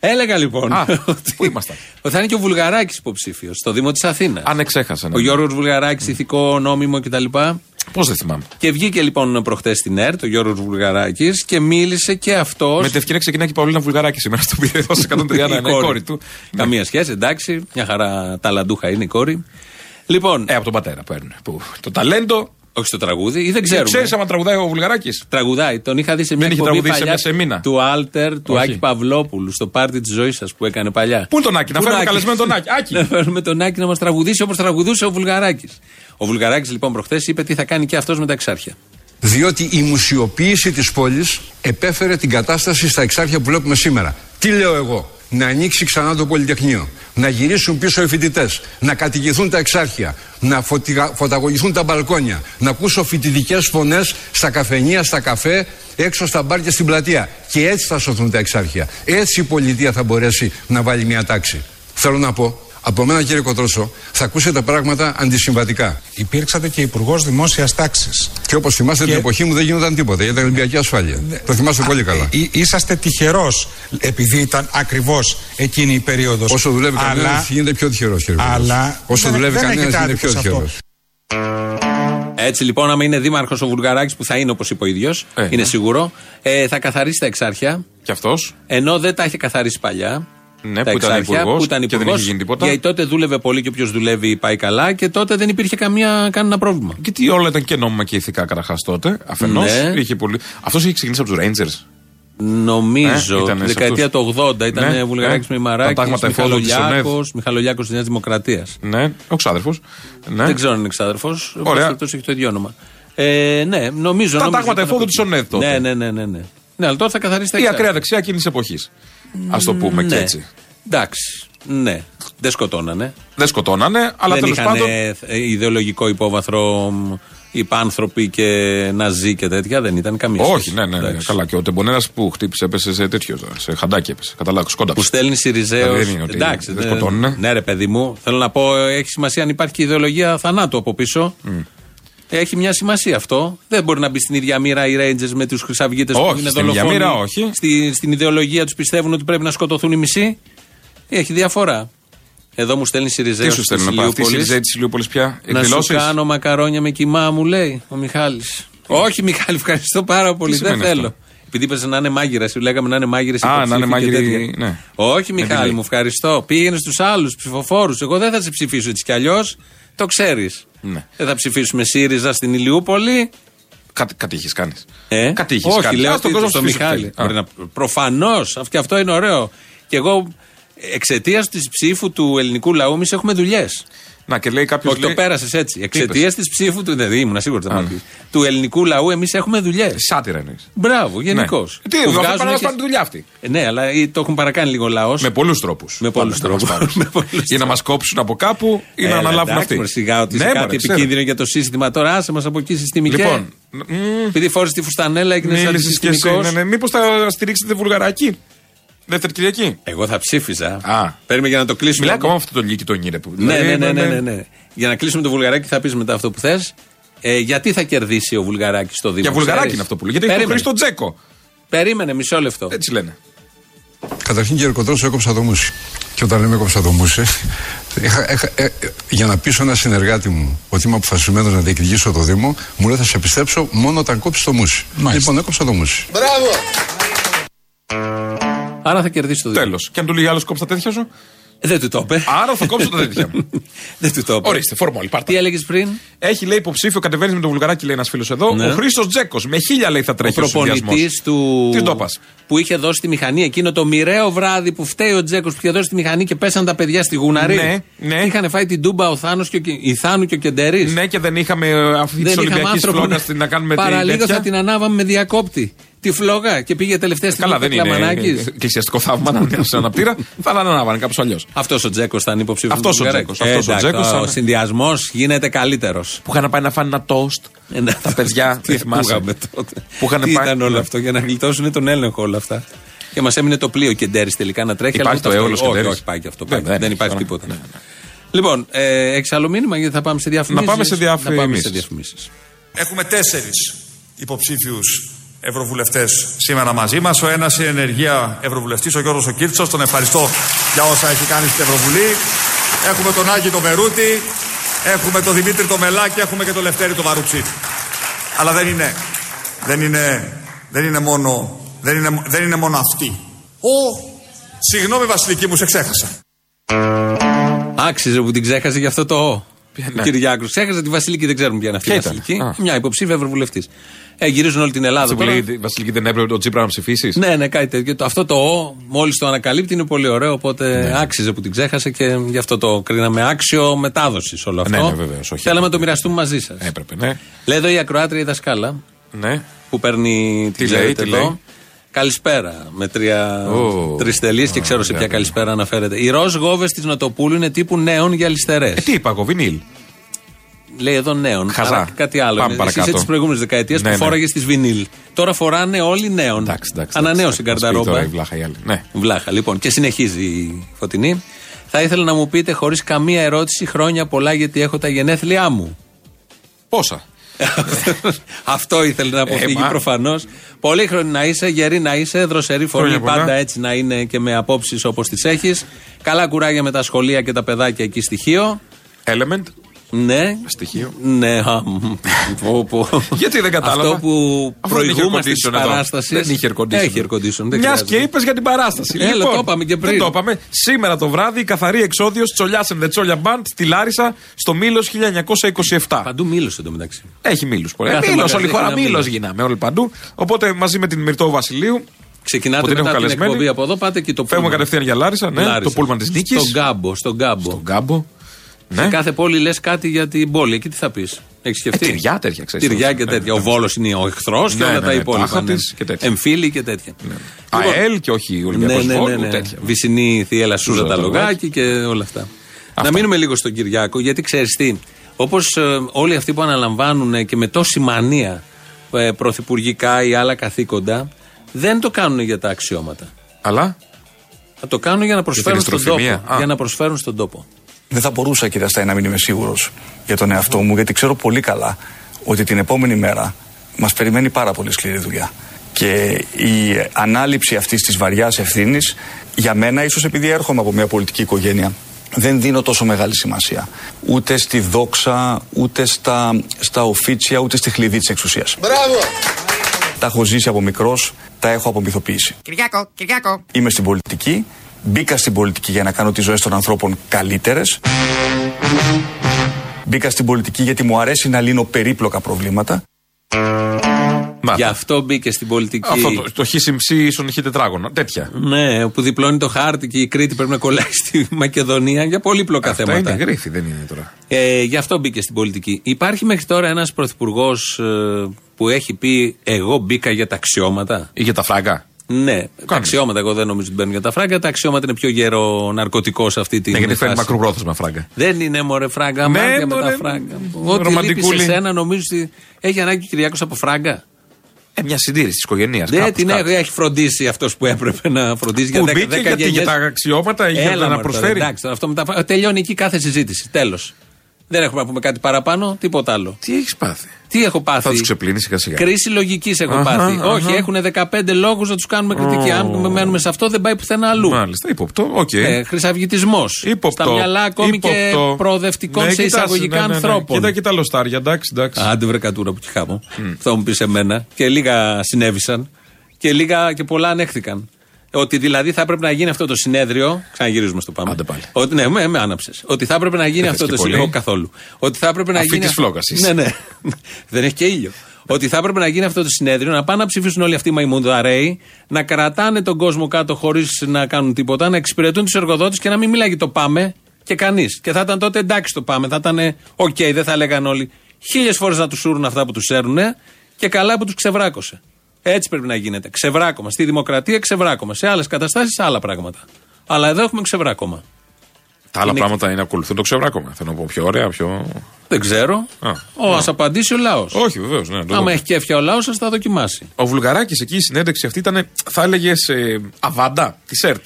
S2: Έλεγα λοιπόν.
S3: Α,
S2: ότι-
S3: πού ήμασταν? ναι,
S2: Ότι θα είναι και ο Βουλγαράκης υποψήφιος στο Δήμο της Αθήνας.
S3: Αν εξέχασα.
S2: Ο Γιώργος Βουλγαράκης, ηθικό, νόμιμο κτλ.
S3: Πώς δεν θυμάμαι.
S2: Και βγήκε λοιπόν προχτές στην ΕΡΤ ο Γιώργος Βουλγαράκης και μίλησε και αυτός.
S3: Με την ευκαιρία ξεκινάει και η Παολίνα Βουλγαράκη σήμερα στο πήρε εδώ σε 130
S2: Η
S3: είναι η κόρη του.
S2: Καμία σχέση, εντάξει. Μια χαρά ταλαντούχα είναι η κόρη. Λοιπόν,
S3: Ε, από τον πατέρα παίρνουν. Που, το ταλέντο.
S2: όχι στο τραγούδι, ή δεν ξέρουμε.
S3: Ξέρεις άμα τραγουδάει ο Βουλγαράκης.
S2: Τραγουδάει. Τον είχα δει σε μια
S3: Ε, Δεν είχε
S2: εκπομπή
S3: τραγουδήσει σε
S2: παλιά
S3: μέσα σε μήνα.
S2: του Άλτερ, του
S3: Όχι.
S2: Άκη Παυλόπουλου, στο πάρτι της ζωής σας που έκανε παλιά.
S3: Πού είναι τον Άκη, να
S2: Πού
S3: φέρουμε
S2: είναι ο Άκης?
S3: καλεσμένο τον Άκη. Άκη.
S2: να φέρουμε τον Άκη να μας τραγουδήσει όπως τραγουδούσε ο Βουλγαράκης. Ο Βουλγαράκης λοιπόν προχθές είπε τι θα κάνει και αυτός με τα εξάρχεια.
S10: Διότι η μουσιοποίηση της πόλης επέφερε την κατάσταση στα εξάρχεια που βλέπουμε σήμερα. Τι λέω εγώ, να ανοίξει ξανά το Πολυτεχνείο, να γυρίσουν πίσω οι φοιτητές, να κατοικηθούν τα εξάρχεια, να φωτιγα- φωταγωγηθούν τα μπαλκόνια, να ακούσω φοιτητικές φωνές στα καφενεία, στα καφέ, έξω στα μπαρ και στην πλατεία. Και έτσι θα σωθούν τα εξάρχεια. Έτσι η πολιτεία θα μπορέσει να βάλει μια τάξη. Θέλω να πω από μένα, κύριε Κοτρόσο, θα ακούσετε πράγματα αντισυμβατικά.
S11: Υπήρξατε και υπουργός δημόσιας τάξης.
S10: Και όπως θυμάστε, την εποχή μου δεν γινόταν τίποτα για την Ολυμπιακή ασφάλεια.
S11: Ναι.
S10: Το θυμάστε πολύ καλά.
S11: ε, Είσαστε τυχερός επειδή ήταν ακριβώς εκείνη η περίοδος.
S10: Όσο δουλεύει κανένας,
S11: αλλά,
S10: γίνεται πιο τυχερός.
S11: αλλά
S10: Όσο
S11: δεν-
S10: δουλεύει
S11: δεν έχετε
S10: κανένας, είναι
S11: άδικο
S10: πιο
S11: σε αυτό.
S10: τυχερός.
S2: Έτσι λοιπόν, άμα είναι δήμαρχος ο Βουλγαράκης που θα είναι όπως είπε ο ίδιος,
S3: Ε,
S2: είναι
S3: ναι.
S2: σίγουρο, ε, θα καθαρίσει τα εξάρχεια.
S3: Κι αυτός.
S2: Ενώ δεν τα είχε καθαρίσει παλιά.
S3: Ναι,
S2: τα
S3: που ήταν
S2: εξάρχεια,
S3: υπουργός
S2: που ήταν
S3: και δεν
S2: υπουργός,
S3: είχε γίνει τίποτα.
S2: Γιατί τότε δούλευε πολύ και όποιος δουλεύει πάει καλά και τότε δεν υπήρχε καμία, κανένα πρόβλημα.
S3: Γιατί όλα ήταν και νόμιμα και ηθικά καταρχάς τότε. Αφενός.
S2: Ναι.
S3: Είχε πολύ... Αυτός είχε ξεκινήσει από τους Rangers. Ε,
S2: Νομίζω,
S3: ήταν
S2: τη
S3: σε
S2: δεκαετία
S3: αυτούς.
S2: του 80 ήταν
S3: Ναι,
S2: ναι, Βουλγαράκη
S3: ναι.
S2: ναι,
S3: Τα τάγματα εφόδου της
S2: Μιχαλολιάκος, Μιχαλολιάκος της Νέας Δημοκρατίας.
S3: Ναι, ο ξάδερφος. Ναι.
S2: Δεν ξέρω αν είναι εξάδερφο.
S3: Ωραία.
S2: Αυτό έχει το ίδιο όνομα. Ε, ναι, νομίζω.
S3: Τα
S2: νομίζω
S3: τάγματα
S2: ήταν
S3: εφόδου
S2: από
S3: της
S2: εκεί.
S3: ΟΝΕΔ τότε.
S2: Ναι, ναι, ναι. ναι, ναι. ναι αλλά τώρα θα καθαρίσει τα
S3: Η
S2: εξάρια.
S3: ακραία δεξιά εκείνης της εποχής. Ας το πούμε και
S2: ναι.
S3: έτσι.
S2: Εντάξει. Ναι. Δεν σκοτώνανε.
S3: Δεν σκοτώνανε, αλλά
S2: δεν
S3: τέλος
S2: είχαν
S3: πάντων.
S2: ιδεολογικό υπόβαθρο μ, υπάνθρωποι και ναζί και τέτοια. Δεν ήταν καμία
S3: Όχι,
S2: σχέση.
S3: ναι, ναι, ναι.
S2: Εντάξει.
S3: Καλά. Και ο Τεμπονέρας που χτύπησε, έπεσε σε τέτοιο. Σε χαντάκι έπεσε. Καταλάβω, σκόντα.
S2: Που στέλνει Σιριζέο.
S3: Δηλαδή δεν είναι ότι
S2: Εντάξει,
S3: δεν σκοτώνουνε.
S2: Ναι, ρε παιδί μου. Θέλω να πω, έχει σημασία αν υπάρχει και ιδεολογία θανάτου από πίσω. Έχει μια σημασία αυτό. Δεν μπορεί να μπει στην ίδια μοίρα οι Rangers με τους Χρυσαυγίτες που
S3: Όχι,
S2: είναι
S3: στην ίδια
S2: δολοφόνοι.
S3: μοίρα όχι.
S2: Στη, στην ιδεολογία τους πιστεύουν ότι πρέπει να σκοτωθούν οι μισοί. Έχει διαφορά. Εδώ μου στέλνει Σιριζέο.
S3: Τι σου στέλνουν από αυτή η
S2: Ηλιούπολης.
S3: Σιριζέ τη Ηλιούπολη πια,
S2: Να σου
S3: εκδηλώσεις.
S2: κάνω μακαρόνια με κοιμά, μου λέει ο Μιχάλης. Όχι, Μιχάλη, ευχαριστώ πάρα πολύ. Δεν
S3: σημαίνει
S2: θέλω.
S3: αυτό?
S2: Επειδή είπες να είναι μάγειρα, σου λέγαμε να είναι μάγειρες
S3: Α, να είναι μάγειροι, ναι.
S2: Όχι,
S3: Με
S2: Μιχάλη,
S3: delay.
S2: μου ευχαριστώ. Πήγαινε στους άλλους ψηφοφόρους. Εγώ δεν θα σε ψηφίσω έτσι κι αλλιώς. Το ξέρεις.
S3: Ναι.
S2: Δεν θα ψηφίσουμε ΣΥΡΙΖΑ στην Ηλιούπολη.
S3: Κάτι, κάτι είχε κάνεις.
S2: Ε?
S3: Κάτι είχε
S2: Όχι,
S3: κάνεις.
S2: λέω
S3: Ας τον
S2: στον
S3: κόσμο
S2: κόσμο στο
S3: ψηφίσει που
S2: Μιχάλη.
S3: θέλει. Α.
S2: Προφανώ, και αυτό είναι ωραίο. Και εγώ εξαιτίας της ψήφου του ελληνικού λαού, εμείς έχουμε δουλειές.
S3: Να και λέει κάποιος.
S2: Όχι, το πέρασες έτσι. Εξαιτίας της ψήφου του. Δηλαδή, ήμουν σίγουρος ότι θα
S3: Α,
S2: μου
S3: ναι.
S2: πεις. Του ελληνικού λαού, εμείς έχουμε δουλειές.
S3: Σάτυρα εννοείς.
S2: Μπράβο, γενικώ.
S3: Ναι. Τι, εδώ πάνε να πάνε τη δουλειά αυτή.
S2: Ναι, αλλά ε, το έχουν παρακάνει λίγο λαός.
S3: Με πολλούς τρόπους.
S2: Με πολλούς τρόπους. Με πολλούς
S3: Για να μας κόψουν από κάπου ή
S2: Ε,
S3: να αναλάβουν αυτοί.
S2: Σιγά ότι
S3: Ναι,
S2: είναι
S3: μωρέ,
S2: κάτι
S3: ξέρω.
S2: επικίνδυνο για το σύστημα. Τώρα άσε μας από εκεί συστημικέ.
S3: Λοιπόν, μ,
S2: Επειδή φόρησε τη φουστανέλα, έγινε
S3: μίλησες και εσύ.
S2: αντισυστημικός.
S3: Μήπω Ναι, θα στηρίξετε βουλγαράκι. Δεύτερη Κυριακή.
S2: Εγώ θα ψήφιζα.
S3: Α.
S2: Παίρνουμε για να το κλείσουμε.
S3: Μιλάει ακόμα αυτό το λύκη τον γύρε που.
S2: Ναι, ναι,
S3: δηλαδή,
S2: ναι, ναι, ναι, ναι. Για να κλείσουμε το βουλγαράκι, θα πεις μετά αυτό που θες. Ε, γιατί θα κερδίσει ο Βουλγαράκη στο Δήμο.
S3: Για βουλγαράκι
S2: ξέρεις?
S3: είναι αυτό που λέει. Γιατί έχει τον
S2: Περίμενε.
S3: Χρήστο Ε, Τζέκο.
S2: Περίμενε μισό λεπτό.
S3: Έτσι λένε.
S10: Καταρχήν, κύριε Κοτρόσο, έκοψα το μουσι. Και όταν λέμε κοψαδομούσε, είχα, έχα, ε, ε, για να πείσω ένα συνεργάτη μου ότι είμαι αποφασισμένος να διεκδικήσω το Δήμο, μου λέει θα σε πιστέψω μόνο όταν κόψεις το μουσι. Λοιπόν, έκοψα το μουσι.
S4: Μπράβο!
S2: Άρα θα κερδίσει το Δήμο.
S3: Τέλος. Και αν του λέει άλλος κόψει τα τέτοια σου.
S2: Ε, Δεν του το είπε.
S3: Άρα θα κόψω τα τέτοια μου.
S2: Δεν του το είπε.
S3: Ορίστε, φορμόλ.
S2: Τι έλεγες πριν.
S3: Έχει λέει υποψήφιο, κατεβαίνεις με τον βουλγαράκι, λέει ένας φίλος εδώ.
S2: Ναι.
S3: Ο Χρήστος Τζέκος. Με χίλια λέει θα τρέχει ο,
S2: ο προπονητής
S3: συνδυασμός.
S2: του.
S3: Της ντόπας.
S2: Που είχε δώσει τη μηχανή εκείνο το μοιραίο βράδυ που φταίει ο Τζέκος που είχε δώσει τη μηχανή και πέσαν τα παιδιά στη γουναρή.
S3: Ναι, ναι.
S2: Είχαν φάει την τούμπα ο Θάνος και ο, Κι- η Θάνου και ο Κεντερή.
S3: Ναι, και δεν είχαμε αυτή τη Ολυμπιακή φλόγας να κάνουμε την
S2: Παραλίγο
S3: τέτοια.
S2: θα την ανάβαμε με διακόπτη. Τη φλόγα και πήγε τελευταία στιγμή
S3: Καλά,
S2: ο
S3: δεν είναι.
S2: Κλαμανάκης.
S3: ε, Εκκλησιαστικό θαύμα να είναι σε αναπτήρα. Θα τα ανάβανε κάπω αλλιώς.
S2: Αυτός ο Τζέκος ήταν υποψήφιος.
S3: Αυτός ο Τζέκος, αυτός ο Τζέκος
S2: Ε, Ο
S3: ήταν.
S2: συνδυασμός γίνεται καλύτερος.
S3: Που είχαν πάει να φάνε ένα τόστ. Τα παιδιά,
S2: Ε, ναι. τι
S3: δεν θυμάσαι.
S2: ακούγαμε τότε.
S3: Που είχαν
S2: τι
S3: πάει-
S2: ήταν όλο αυτό για να γλιτώσουν τον έλεγχο όλα αυτά. Και μας έμεινε το πλοίο και Ντέρι τελικά να τρέχει.
S3: Υπάρχει
S2: αλλά ούτε
S3: το
S2: αυτό-
S3: έολος και
S2: Όχι,
S3: Ντέρις.
S2: όχι, πάει και αυτό.
S3: Ναι,
S2: πάει.
S3: ναι,
S2: Δεν
S3: ναι,
S2: υπάρχει
S3: τώρα.
S2: τίποτα.
S3: Ναι, ναι.
S2: Λοιπόν, ε, έχεις άλλο μήνυμα γιατί θα πάμε σε διαφημίσεις.
S3: πάμε σε
S2: Να πάμε σε
S3: διαφημίσεις.
S2: διαφημίσεις.
S12: Έχουμε τέσσερις υποψήφιους ευρωβουλευτές σήμερα μαζί μας. Ο ένας είναι ενεργεία ευρωβουλευτής, ο Γιώργος ο Κίρτσος. Τον ευχαριστώ για όσα έχει κάνει στην Ευρωβουλή. Έχουμε τον Άγιο τον Βερούτη, έχουμε τον Δημήτρη τον Μελάκη, έχουμε και τον Λευτέρη τον Βαρουτσίτη. Αλλά δεν είναι, δεν είναι, δεν είναι μόνο, δεν είναι, δεν είναι μόνο αυτή. Ο, συγγνώμη Βασιλική μου, σε ξέχασα.
S2: Άξιζε που την ξέχασε γι' αυτό το «ο».
S3: ναι.
S2: Ο Κυριάκος. Ξέχασε τη Βασιλική, δεν ξέρουμε ποια είναι αυτή η
S3: Ποια ήταν?
S2: Βασιλική.
S3: Α.
S2: Μια υποψήφια ευρωβουλευτής. Ε, γυρίζουν όλη την Ελλάδα.
S3: Αυτό που
S2: τώρα.
S3: λέει, Βασιλική, δεν έπρεπε τον Τσίπρα να ψηφίσεις.
S2: Ναι, ναι, κάτι τέτοιο. Το- Αυτό το «ο», μόλις το ανακαλύπτει, είναι πολύ ωραίο. Οπότε
S3: Ναι.
S2: άξιζε που την ξέχασε και γι' αυτό το κρίναμε άξιο μετάδοσης όλο αυτό.
S3: Ναι, ναι, βεβαίως, όχι.
S2: Θέλαμε να το μοιραστούμε μαζί σας.
S3: Έπρεπε, ναι.
S2: Λέει εδώ η ακροάτρια η δασκάλα
S3: Ναι.
S2: που παίρνει την
S3: λέει,
S2: ξέρετε
S3: τι
S2: εδώ.
S3: λέει?
S2: Καλησπέρα με τρία
S3: Ω,
S2: τρεις τελείες και ξέρω σε ποια καλησπέρα αναφέρεται. Οι ροζ γόβες της Νοτοπούλου είναι τύπου νέων για αριστερέ.
S3: Ε, Τι είπα εγώ, Βινίλ.
S2: Λέει εδώ νέων.
S3: Χαζά.
S2: αλλά Κάτι άλλο.
S3: Πάμε
S2: είναι. Εσύ
S3: παρακάτω.
S2: Είσαι της προηγούμενης δεκαετίας
S3: Ναι,
S2: που
S3: ναι.
S2: φόραγες τη βινίλ. Τώρα φοράνε όλοι νέων.
S3: εντάξει,
S2: Ανανέωσε η
S3: εντάξει, μας πει
S2: καρδαρόμπα.
S3: τώρα η βλάχα η άλλη. Ναι.
S2: Βλάχα, λοιπόν. Και συνεχίζει η φωτεινή. Θα ήθελα να μου πείτε χωρίς καμία ερώτηση χρόνια πολλά γιατί έχω τα γενέθλιά μου.
S3: Πόσα.
S2: Αυτό ήθελε να αποφύγει
S3: μα.
S2: προφανώς. Πολύχρονη να είσαι, γερή να είσαι, δροσερή φωνή
S3: Χρόνια πολλά.
S2: πάντα έτσι να είναι και με απόψεις όπως τις έχεις. Καλά κουράγια με τα σχολεία και τα παιδάκια εκεί στοιχείο.
S3: Element.
S2: Ναι.
S3: Στοιχείο.
S2: Ναι, α, μ, πω, πω.
S3: Γιατί δεν κατάλαβα.
S2: Αυτό που
S3: Αφού δεν είχε
S2: προηγούμαστε τη
S3: air condition εδώ.
S2: παράστασης.
S3: Δεν είχε air condition.
S2: Έχει air condition. δεν
S3: Μιας
S2: χρειάζεται.
S3: και είπες για την παράσταση. Λοιπόν,
S2: Έλα, το είπαμε και πριν.
S3: Δεν το είπαμε. Σήμερα το βράδυ η καθαρή εξόδιος Τσολιάς and the Τσόλια Band στη Λάρισα στο Μήλος 1927.
S2: Παντού μίλωσε εντωμεταξύ.
S3: Έχει μήλους πολλά.
S2: Κάθε
S3: Μήλος,
S2: μαγαζί
S3: όλη η χώρα
S2: έχει ένα
S3: μήλο
S2: Μήλος.
S3: γίναμε όλοι παντού. Οπότε μαζί με την Μυρτό Βασιλείου
S2: Ξεκινάτε
S3: Που την
S2: μετά
S3: έχω
S2: την
S3: καλεσμένη.
S2: εκπομπή από εδώ, πάτε και το
S3: φεύγουμε
S2: πούλμαν.
S3: κατευθείαν για Λάρισα. Ναι,
S2: Λάρισα.
S3: Το πούλμαν της νίκη.
S2: Στον κάμπο, στον κάμπο. Στον
S3: κάμπο. Ναι,
S2: Σε κάθε πόλη λες κάτι για την πόλη. Εκεί τι θα πεις. Έχεις σκεφτεί.
S3: Ε, τυριά, τέτοια, ξέρεις.
S2: Τυριά και
S3: Ναι,
S2: τέτοια.
S3: ναι.
S2: Ο Βόλος είναι ο εχθρός και
S3: Ναι,
S2: όλα
S3: ναι,
S2: τα
S3: ναι,
S2: υπόλοιπα.
S3: τάχα
S2: ναι.
S3: της και τέτοια. Ναι.
S2: Εμφύλοι και τέτοια. Λοιπόν,
S3: ΑΕΛ και όχι Ολυμπιακός
S2: Ναι, ναι, ναι, ναι. Βυσινή Θιέλα Σούζα τα λογάκι και όλα αυτά. Να μείνουμε λίγο στον Κυριάκο, γιατί ξέρεις τι, όπως όλοι αυτοί που αναλαμβάνουν και με τόση μανία ε, πρωθυπουργικά ή άλλα καθήκοντα, δεν το κάνουν για τα αξιώματα.
S3: Αλλά.
S2: Θα το κάνουν για να προσφέρουν στον τόπο.
S3: ιστροφημία. Α.
S2: Για να προσφέρουν στον τόπο.
S13: Δεν θα μπορούσα, κύριε Στάι, να μην είμαι σίγουρος για τον εαυτό μου, γιατί ξέρω πολύ καλά ότι την επόμενη μέρα μας περιμένει πάρα πολύ σκληρή δουλειά. Και η ανάληψη αυτής της βαριάς ευθύνης, για μένα, ίσως επειδή έρχομαι από μια πολιτική οικογένεια, δεν δίνω τόσο μεγάλη σημασία. Ούτε στη δόξα, ούτε στα, στα οφίτσια, ούτε στη χλειδί της εξουσίας.
S4: Μπράβο!
S13: Τα έχω ζήσει από μικρός, τα έχω απομυθοποιήσει.
S6: Κυριάκο, Κυριάκο.
S13: Είμαι στην πολιτική. Μπήκα στην πολιτική για να κάνω τις ζωές των ανθρώπων καλύτερες. Μπήκα στην πολιτική γιατί μου αρέσει να λύνω περίπλοκα προβλήματα.
S2: Γι' αυτό μπήκε στην πολιτική.
S3: Αυτό το, το χ συμψή ίσον χ τετράγωνο. Τέτοια.
S2: Ναι, που διπλώνει το χάρτη και η Κρήτη πρέπει να κολλάει στη Μακεδονία για πολύπλοκα
S3: Αυτά
S2: θέματα.
S3: είναι γρήφη, δεν είναι τώρα.
S2: Ε, γι' αυτό μπήκε στην πολιτική. Υπάρχει μέχρι τώρα ένας πρωθυπουργός που έχει πει Εγώ μπήκα για τα αξιώματα.
S3: Ή για τα φράγκα.
S2: Ναι, τα αξιώματα εγώ δεν νομίζω ότι μπαίνουν για τα φράγκα. Τα αξιώματα είναι πιο γερό ναρκωτικό σε αυτή την.
S3: Ναι, γιατί φέρνει
S2: φάση.
S3: μακροπρόθεσμα φράγκα.
S2: Δεν είναι μωρέ φράγκα,
S3: Ναι,
S2: μάτια με τα
S3: μωρέ,
S2: φράγκα.
S3: μ,
S2: Ό,τι λείπει σε
S3: ρομαντικούλη.
S2: σένα νομίζω ότι έχει ανάγκη ο Κυριάκος από φράγκα.
S3: Ε, μια συντήρηση της οικογένειας.
S2: Δεν Ναι, την έχει- έχει φροντίσει αυτός που έπρεπε να φροντίσει για
S3: Που
S2: 10
S3: μπήκε γιατί για τα αξιώματα, για να
S2: μωρέ, τώρα,
S3: προσφέρει.
S2: Εντάξει, τώρα, αυτό μετά, τελειώνει εκεί κάθε συζήτηση. Τέλος. Δεν έχουμε να πούμε κάτι παραπάνω, τίποτα άλλο.
S3: Τι έχεις πάθει.
S2: Τι έχω πάθει.
S3: Θα τους ξεπλύνεις σιγά σιγά.
S2: Κρίση λογικής έχω
S3: Αχα,
S2: πάθει.
S3: αχα.
S2: Όχι, έχουν 15 λόγους να τους κάνουμε κριτική.
S3: Ω.
S2: Αν μένουμε σε αυτό, δεν πάει πουθενά αλλού.
S3: Μάλιστα, ύποπτο. οκ.
S2: Ε, Χρυσαυγητισμός. Στα μυαλά ακόμη και προοδευτικών σε
S3: κοιτάς,
S2: εισαγωγικά
S3: ναι, ναι, ναι.
S2: ανθρώπων.
S3: Κοίτα, κοίτα λοστάρια, εντάξει, εντάξει.
S2: Άντε βρε κατούρα που τη χάμω. Θα μου πεις εμένα. Και λίγα συνέβησαν. Και λίγα και πολλά ανέχθηκαν. Ότι δηλαδή θα έπρεπε να γίνει αυτό το συνέδριο. Ξαναγυρίζουμε στο πάμε. Άντε πάλι. Ότι, ναι, με, με άναψες. Ότι θα έπρεπε να γίνει
S3: θες
S2: αυτό
S3: και
S2: το
S3: πολύ.
S2: συνέδριο. Καθόλου. Ότι θα έπρεπε να
S3: Αφήκης
S2: γίνει.
S3: φλόκας είσαι.
S2: Ναι, ναι. Δεν έχει και ήλιο. Ότι θα έπρεπε να γίνει αυτό το συνέδριο, να πάνε να ψηφίσουν όλοι αυτοί οι μαϊμουδαρέοι, να κρατάνε τον κόσμο κάτω χωρίς να κάνουν τίποτα, να εξυπηρετούν τους εργοδότες και να μην μιλάει για το πάμε και κανείς. Και θα ήταν τότε εντάξει το πάμε, θα ήταν ε, οκ, δεν θα λέγαν όλοι. Χίλιες φορές να τους σούρουν αυτά που τους σέρνουν και καλά που τους ξεβράκωσε. Έτσι πρέπει να γίνεται. Ξεβράκωμα. Στη δημοκρατία ξεβράκωμα. Σε άλλες καταστάσεις άλλα πράγματα. Αλλά εδώ έχουμε ξεβράκωμα.
S3: Τα άλλα
S2: Είναι-
S3: πράγματα είναι να ακολουθούν το ξεβράκωμα. Θέλω να πω πιο ωραία, πιο.
S2: Δεν ξέρω.
S3: Α,
S2: Ο, ας απαντήσει ο λαός.
S3: όχι, βεβαίως. Ναι, το-
S2: Άμα έχει κέφια ο λαός, σα θα δοκιμάσει.
S3: Ο Βουλγαράκης εκεί η συνέντευξη αυτή ήταν, θα έλεγες, ε, αβάντα τη ΕΡΤ.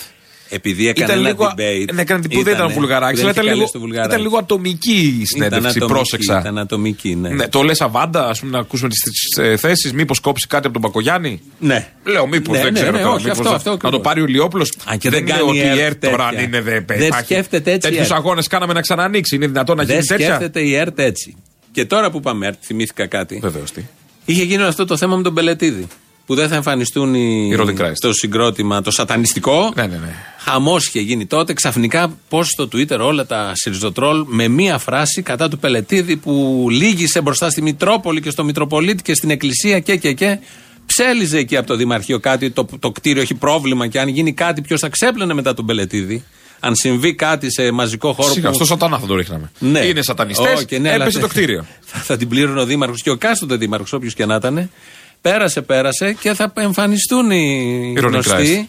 S2: Επειδή έκανε
S3: ήταν
S2: ένα
S3: λίγο,
S2: debate.
S3: Ναι, έκανε, που δεν ήταν ο Βουλγαράκη, αλλά ήταν
S2: Δεν είχε
S3: λίγο,
S2: καλέσει το Βουλγαράκη.
S3: ήταν λίγο ατομική η συνέντευξη.
S2: ατομική,
S3: πρόσεξα.
S2: Ήταν ατομική, ναι.
S3: Ναι, το λες αβάντα, ας πούμε, να ακούσουμε τις θέσεις. Μήπως κόψει κάτι από τον Πακογιάννη.
S2: Ναι.
S3: Λέω, μήπως
S2: Ναι,
S3: δεν
S2: ναι,
S3: ξέρω.
S2: ναι,
S3: τώρα,
S2: όχι,
S3: μήπως
S2: αυτό,
S3: να-
S2: αυτό
S3: να το
S2: ακριβώς.
S3: πάρει ο Ηλιόπουλο.
S2: Αν και δεν
S3: λέω
S2: κάνει
S3: ότι
S2: η
S3: η
S2: ΕΡΤ
S3: ΕΡΤ τώρα αν
S2: τέτοια.
S3: είναι. δε-
S2: Δεν
S3: υπάρχει-
S2: σκέφτεται έτσι η
S3: Τέτοιους
S2: ΕΡΤ.
S3: αγώνες κάναμε να ξανανοίξει. Είναι δυνατόν να γίνει
S2: Δεν
S3: τέτοια.
S2: σκέφτεται η ΕΡΤ έτσι. Και τώρα που πάμε, ΕΡΤ, θυμήθηκα κάτι.
S3: Βεβαίως τι.
S2: Είχε γίνει αυτό το θέμα με τον Πελετίδη. Που δεν θα εμφανιστούν οι, το συγκρότημα, το σατανιστικό.
S3: Ναι, ναι, ναι.
S2: Χαμός είχε γίνει τότε. Ξαφνικά, πώς στο Twitter όλα τα Σιριζοτρόλ με μία φράση κατά του Πελετίδη που λύγησε μπροστά στη Μητρόπολη και στο Μητροπολίτη και στην Εκκλησία και και και. Ψέλιζε εκεί από το Δημαρχείο κάτι, το, το κτίριο έχει πρόβλημα και αν γίνει κάτι, ποιος θα ξέπλαινε μετά τον Πελετίδη. Αν συμβεί κάτι σε μαζικό χώρο.
S3: Σιγά,
S2: που-
S3: στο σατανά θα το ρίχναμε.
S2: ναι.
S3: Είναι σατανιστές.
S2: Όχι, ναι, αλλά
S3: έπεσε το
S2: θα-
S3: κτίριο.
S2: Θα, θα την πλήρωνε ο Δήμαρχος και ο κάστοτε Δήμαρχος, όποιος και να ήταν. Πέρασε, πέρασε και θα εμφανιστούν οι
S3: Ηρωνικά,
S2: γνωστοί.
S3: έτσι.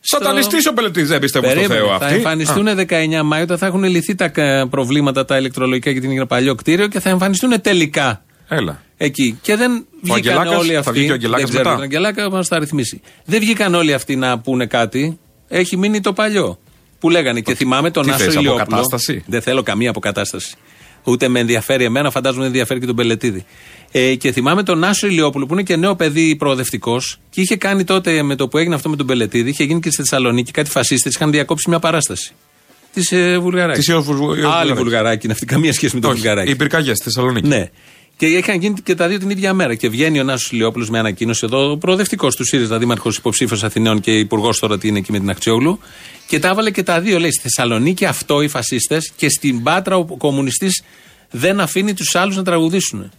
S3: Σατανιστή ο Πελετής, δεν πιστεύω στο
S2: Περίμενε,
S3: Θεό
S2: θα
S3: αυτή.
S2: εμφανιστούν 19 Μάιο, όταν θα έχουν λυθεί τα ε, προβλήματα τα ηλεκτρολογικά γιατί είναι παλιό κτίριο και θα εμφανιστούν τελικά
S3: Έλα.
S2: εκεί. Και δεν βγήκαν
S3: Αγγελάκας,
S2: όλοι
S3: θα βγει
S2: αυτοί.
S3: και ο Αγγελάκας
S2: δεν ξέρω,
S3: μετά.
S2: τον Αγγελάκα μας τα ρυθμίσει. Δεν βγήκαν όλοι αυτοί να πούνε κάτι. Έχει μείνει το παλιό. Που λέγανε και θυμάμαι τον
S3: τι
S2: Άσο
S3: θες,
S2: Ηλιόπουλο.
S3: αποκατάσταση?
S2: Δεν θέλω καμία αποκατάσταση. Ούτε με ενδιαφέρει εμένα, φαντάζομαι ενδιαφέρει και τον Πελετίδη. Ε, και θυμάμαι τον Άσο Ηλιόπουλο που είναι και νέο παιδί προοδευτικός και είχε κάνει τότε με το που έγινε αυτό με τον Πελετίδη, είχε γίνει και στη Θεσσαλονίκη κάτι φασίστες, είχαν διακόψει μια παράσταση. Της ε, Βουλγαράκης.
S3: Της Ιω- Βουλγαράκη.
S2: Άλλη Βουλγαράκη είναι αυτή, καμία σχέση με τον Βουλγαράκη.
S3: Οι πυρκαγιές στη Θεσσαλονίκη.
S2: Ναι. Και είχαν γίνει και τα δύο την ίδια μέρα. Και βγαίνει ο Νάσος Λιόπουλο με ανακοίνωση εδώ, ο προοδευτικός του ΣΥΡΙΖΑ, δήμαρχος υποψήφιος Αθηναίων και υπουργός τώρα τι είναι εκεί με την Ακτιόγλου. Και τα έβαλε και τα δύο. Λέει στη Θεσσαλονίκη αυτό οι φασίστες και στην Πάτρα ο κομμουνιστής δεν αφήνει τους άλλους να τραγουδήσουν.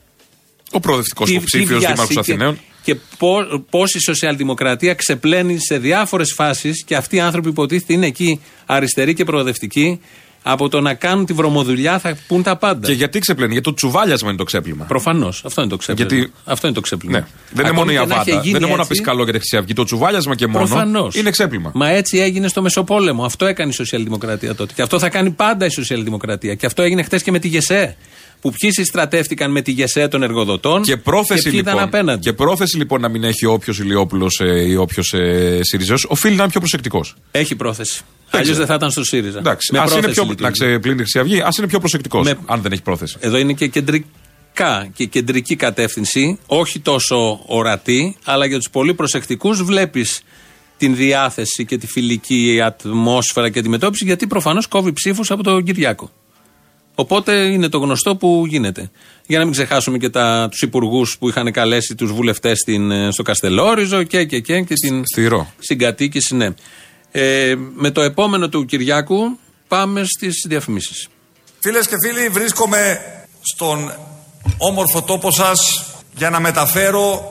S3: Ο προοδευτικό
S2: Τι-
S3: υποψήφιος
S2: τι βιασύ
S3: δήμαρχο
S2: και-
S3: Αθηναίων.
S2: Και πώ πώς η σοσιαλδημοκρατία ξεπλένει σε διάφορες φάσεις και αυτοί οι άνθρωποι που υποτίθεται είναι εκεί αριστεροί και προοδευτικοί, από το να κάνουν τη βρωμοδουλειά θα πούν τα πάντα.
S3: Και γιατί ξεπλένει, γιατί το τσουβάλιασμα είναι το ξέπλυμα.
S2: Προφανώς. Αυτό είναι το ξέπλυμα.
S3: Γιατί-
S2: Αυτό είναι το ξέπλυμα.
S3: Ναι. Δεν είναι
S2: Ακόμη
S3: μόνο η
S2: και να
S3: αβάντα.
S2: είχε
S3: Δεν
S2: γίνει
S3: είναι μόνο να πει
S2: έτσι,
S3: καλό για τη Χρυσή Αυγή. Το τσουβάλιασμα και μόνο
S2: Προφανώς.
S3: είναι ξέπλυμα.
S2: Μα έτσι έγινε στο Μεσοπόλεμο. Αυτό έκανε η Σοσιαλδημοκρατία τότε. Και αυτό θα κάνει πάντα η Σοσιαλδημοκρατία. Και αυτό έγινε χθες και με τη ΓΕΣΕ. Που ποιοι συστρατεύτηκαν με τη ΓΕΣΕ των εργοδοτών
S3: Και πρόθεση,
S2: ποιοι ήταν
S3: λοιπόν,
S2: απέναντι.
S3: και πρόθεση λοιπόν να μην έχει όποιος Ηλιόπουλος ή όποιος ε, Σιριζέος οφείλει να είναι πιο προσεκτικός.
S2: Έχει πρόθεση. Αλλιώς
S3: ξέρω.
S2: δεν θα ήταν στο ΣΥΡΙΖΑ.
S3: Εντάξει,
S2: Ναι. Με
S3: ας είναι
S2: πρόθεση
S3: πιο,
S2: λειτουργεί.
S3: να ξεπλύνει η Χρυσή Αυγή, ας είναι πιο προσεκτικός. Αν δεν έχει πρόθεση.
S2: Εδώ είναι και κεντρικά και κεντρική κατεύθυνση, όχι τόσο ορατή, αλλά για τους πολύ προσεκτικούς βλέπεις την διάθεση και τη φιλική ατμόσφαιρα και αντιμετώπιση, γιατί προφανώς κόβει ψήφους από τον Κυριάκο. Οπότε είναι το γνωστό που γίνεται. Για να μην ξεχάσουμε και τα, τους υπουργούς που είχαν καλέσει τους βουλευτές στην, ε, στο Καστελόριζο και, και, και, και την συγκατοίκηση, ναι. Ε, με το επόμενο του Κυριάκου πάμε στις διαφημίσεις.
S12: Φίλες και φίλοι, βρίσκομαι στον όμορφο τόπο σας για να μεταφέρω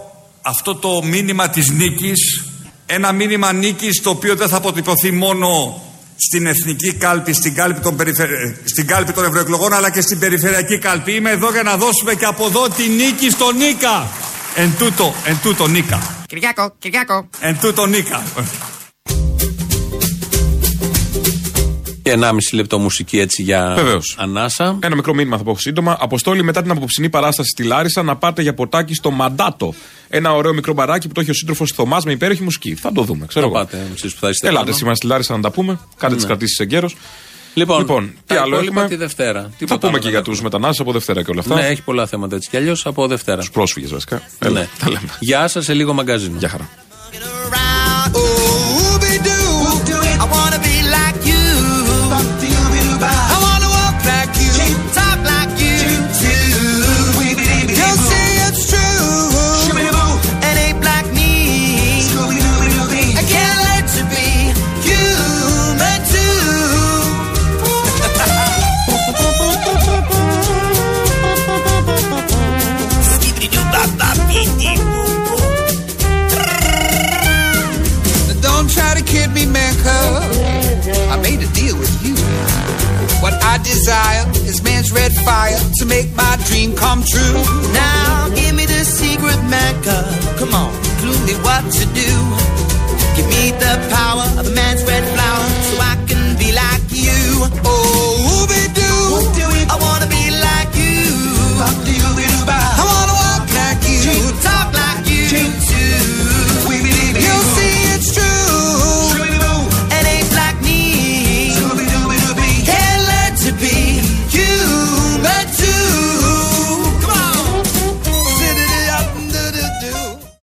S12: αυτό το μήνυμα της νίκης. Ένα μήνυμα νίκης το οποίο δεν θα αποτυπωθεί μόνο στην εθνική κάλπη, στην κάλπη των, περιφε- στην κάλπη των ευρωεκλογών, αλλά και στην περιφερειακή κάλπη. Είμαι εδώ για να δώσουμε και από εδώ τη νίκη στον Νίκα. Εν τούτο, εν τούτο Νίκα.
S6: Κυριάκο, Κυριάκο.
S12: Εν τούτο Νίκα.
S2: Και 1,5 λεπτό μουσική έτσι για
S3: Βεβαίως.
S2: ανάσα.
S3: Ένα μικρό μήνυμα θα πω σύντομα. Αποστόλη μετά την απόψινή παράσταση στη Λάρισα να πάτε για ποτάκι στο Μαντάτο. Ένα ωραίο μικρό μπαράκι που το έχει ο σύντροφος Θωμάς με υπέροχη μουσική. Θα το δούμε, ξέρω
S2: Θα
S3: εγώ.
S2: πάτε εσεί που θα είστε.
S3: Ελάτε
S2: πάνω.
S3: σήμερα στη Λάρισα να τα πούμε. Κάντε
S2: Ναι.
S3: τι κρατήσεις εγκαίρως.
S2: Λοιπόν, τι άλλο έχουμε. Τη Δευτέρα.
S3: Τι θα πούμε και για τους μετανάστες από Δευτέρα και όλα αυτά.
S2: Ναι, έχει πολλά θέματα έτσι κι αλλιώς από Δευτέρα. Τους
S3: πρόσφυγες βασικά.
S2: ναι. τα λέμε. Γεια σας, σε λίγο μαγκαζίνο.
S3: Γεια χαρά.
S10: I wanna be like you. I wanna walk like you, talk like you do. You'll see it's true, and ain't like me. I can't let you be human too. Now Don't try to kid me, man. 'cause I made a deal with you. What I desire is man's red fire to make my dream come true.
S14: Now give me the secret mecca.
S10: Come on, clue me what to do.
S14: Give me the power of a man's red
S10: Oh,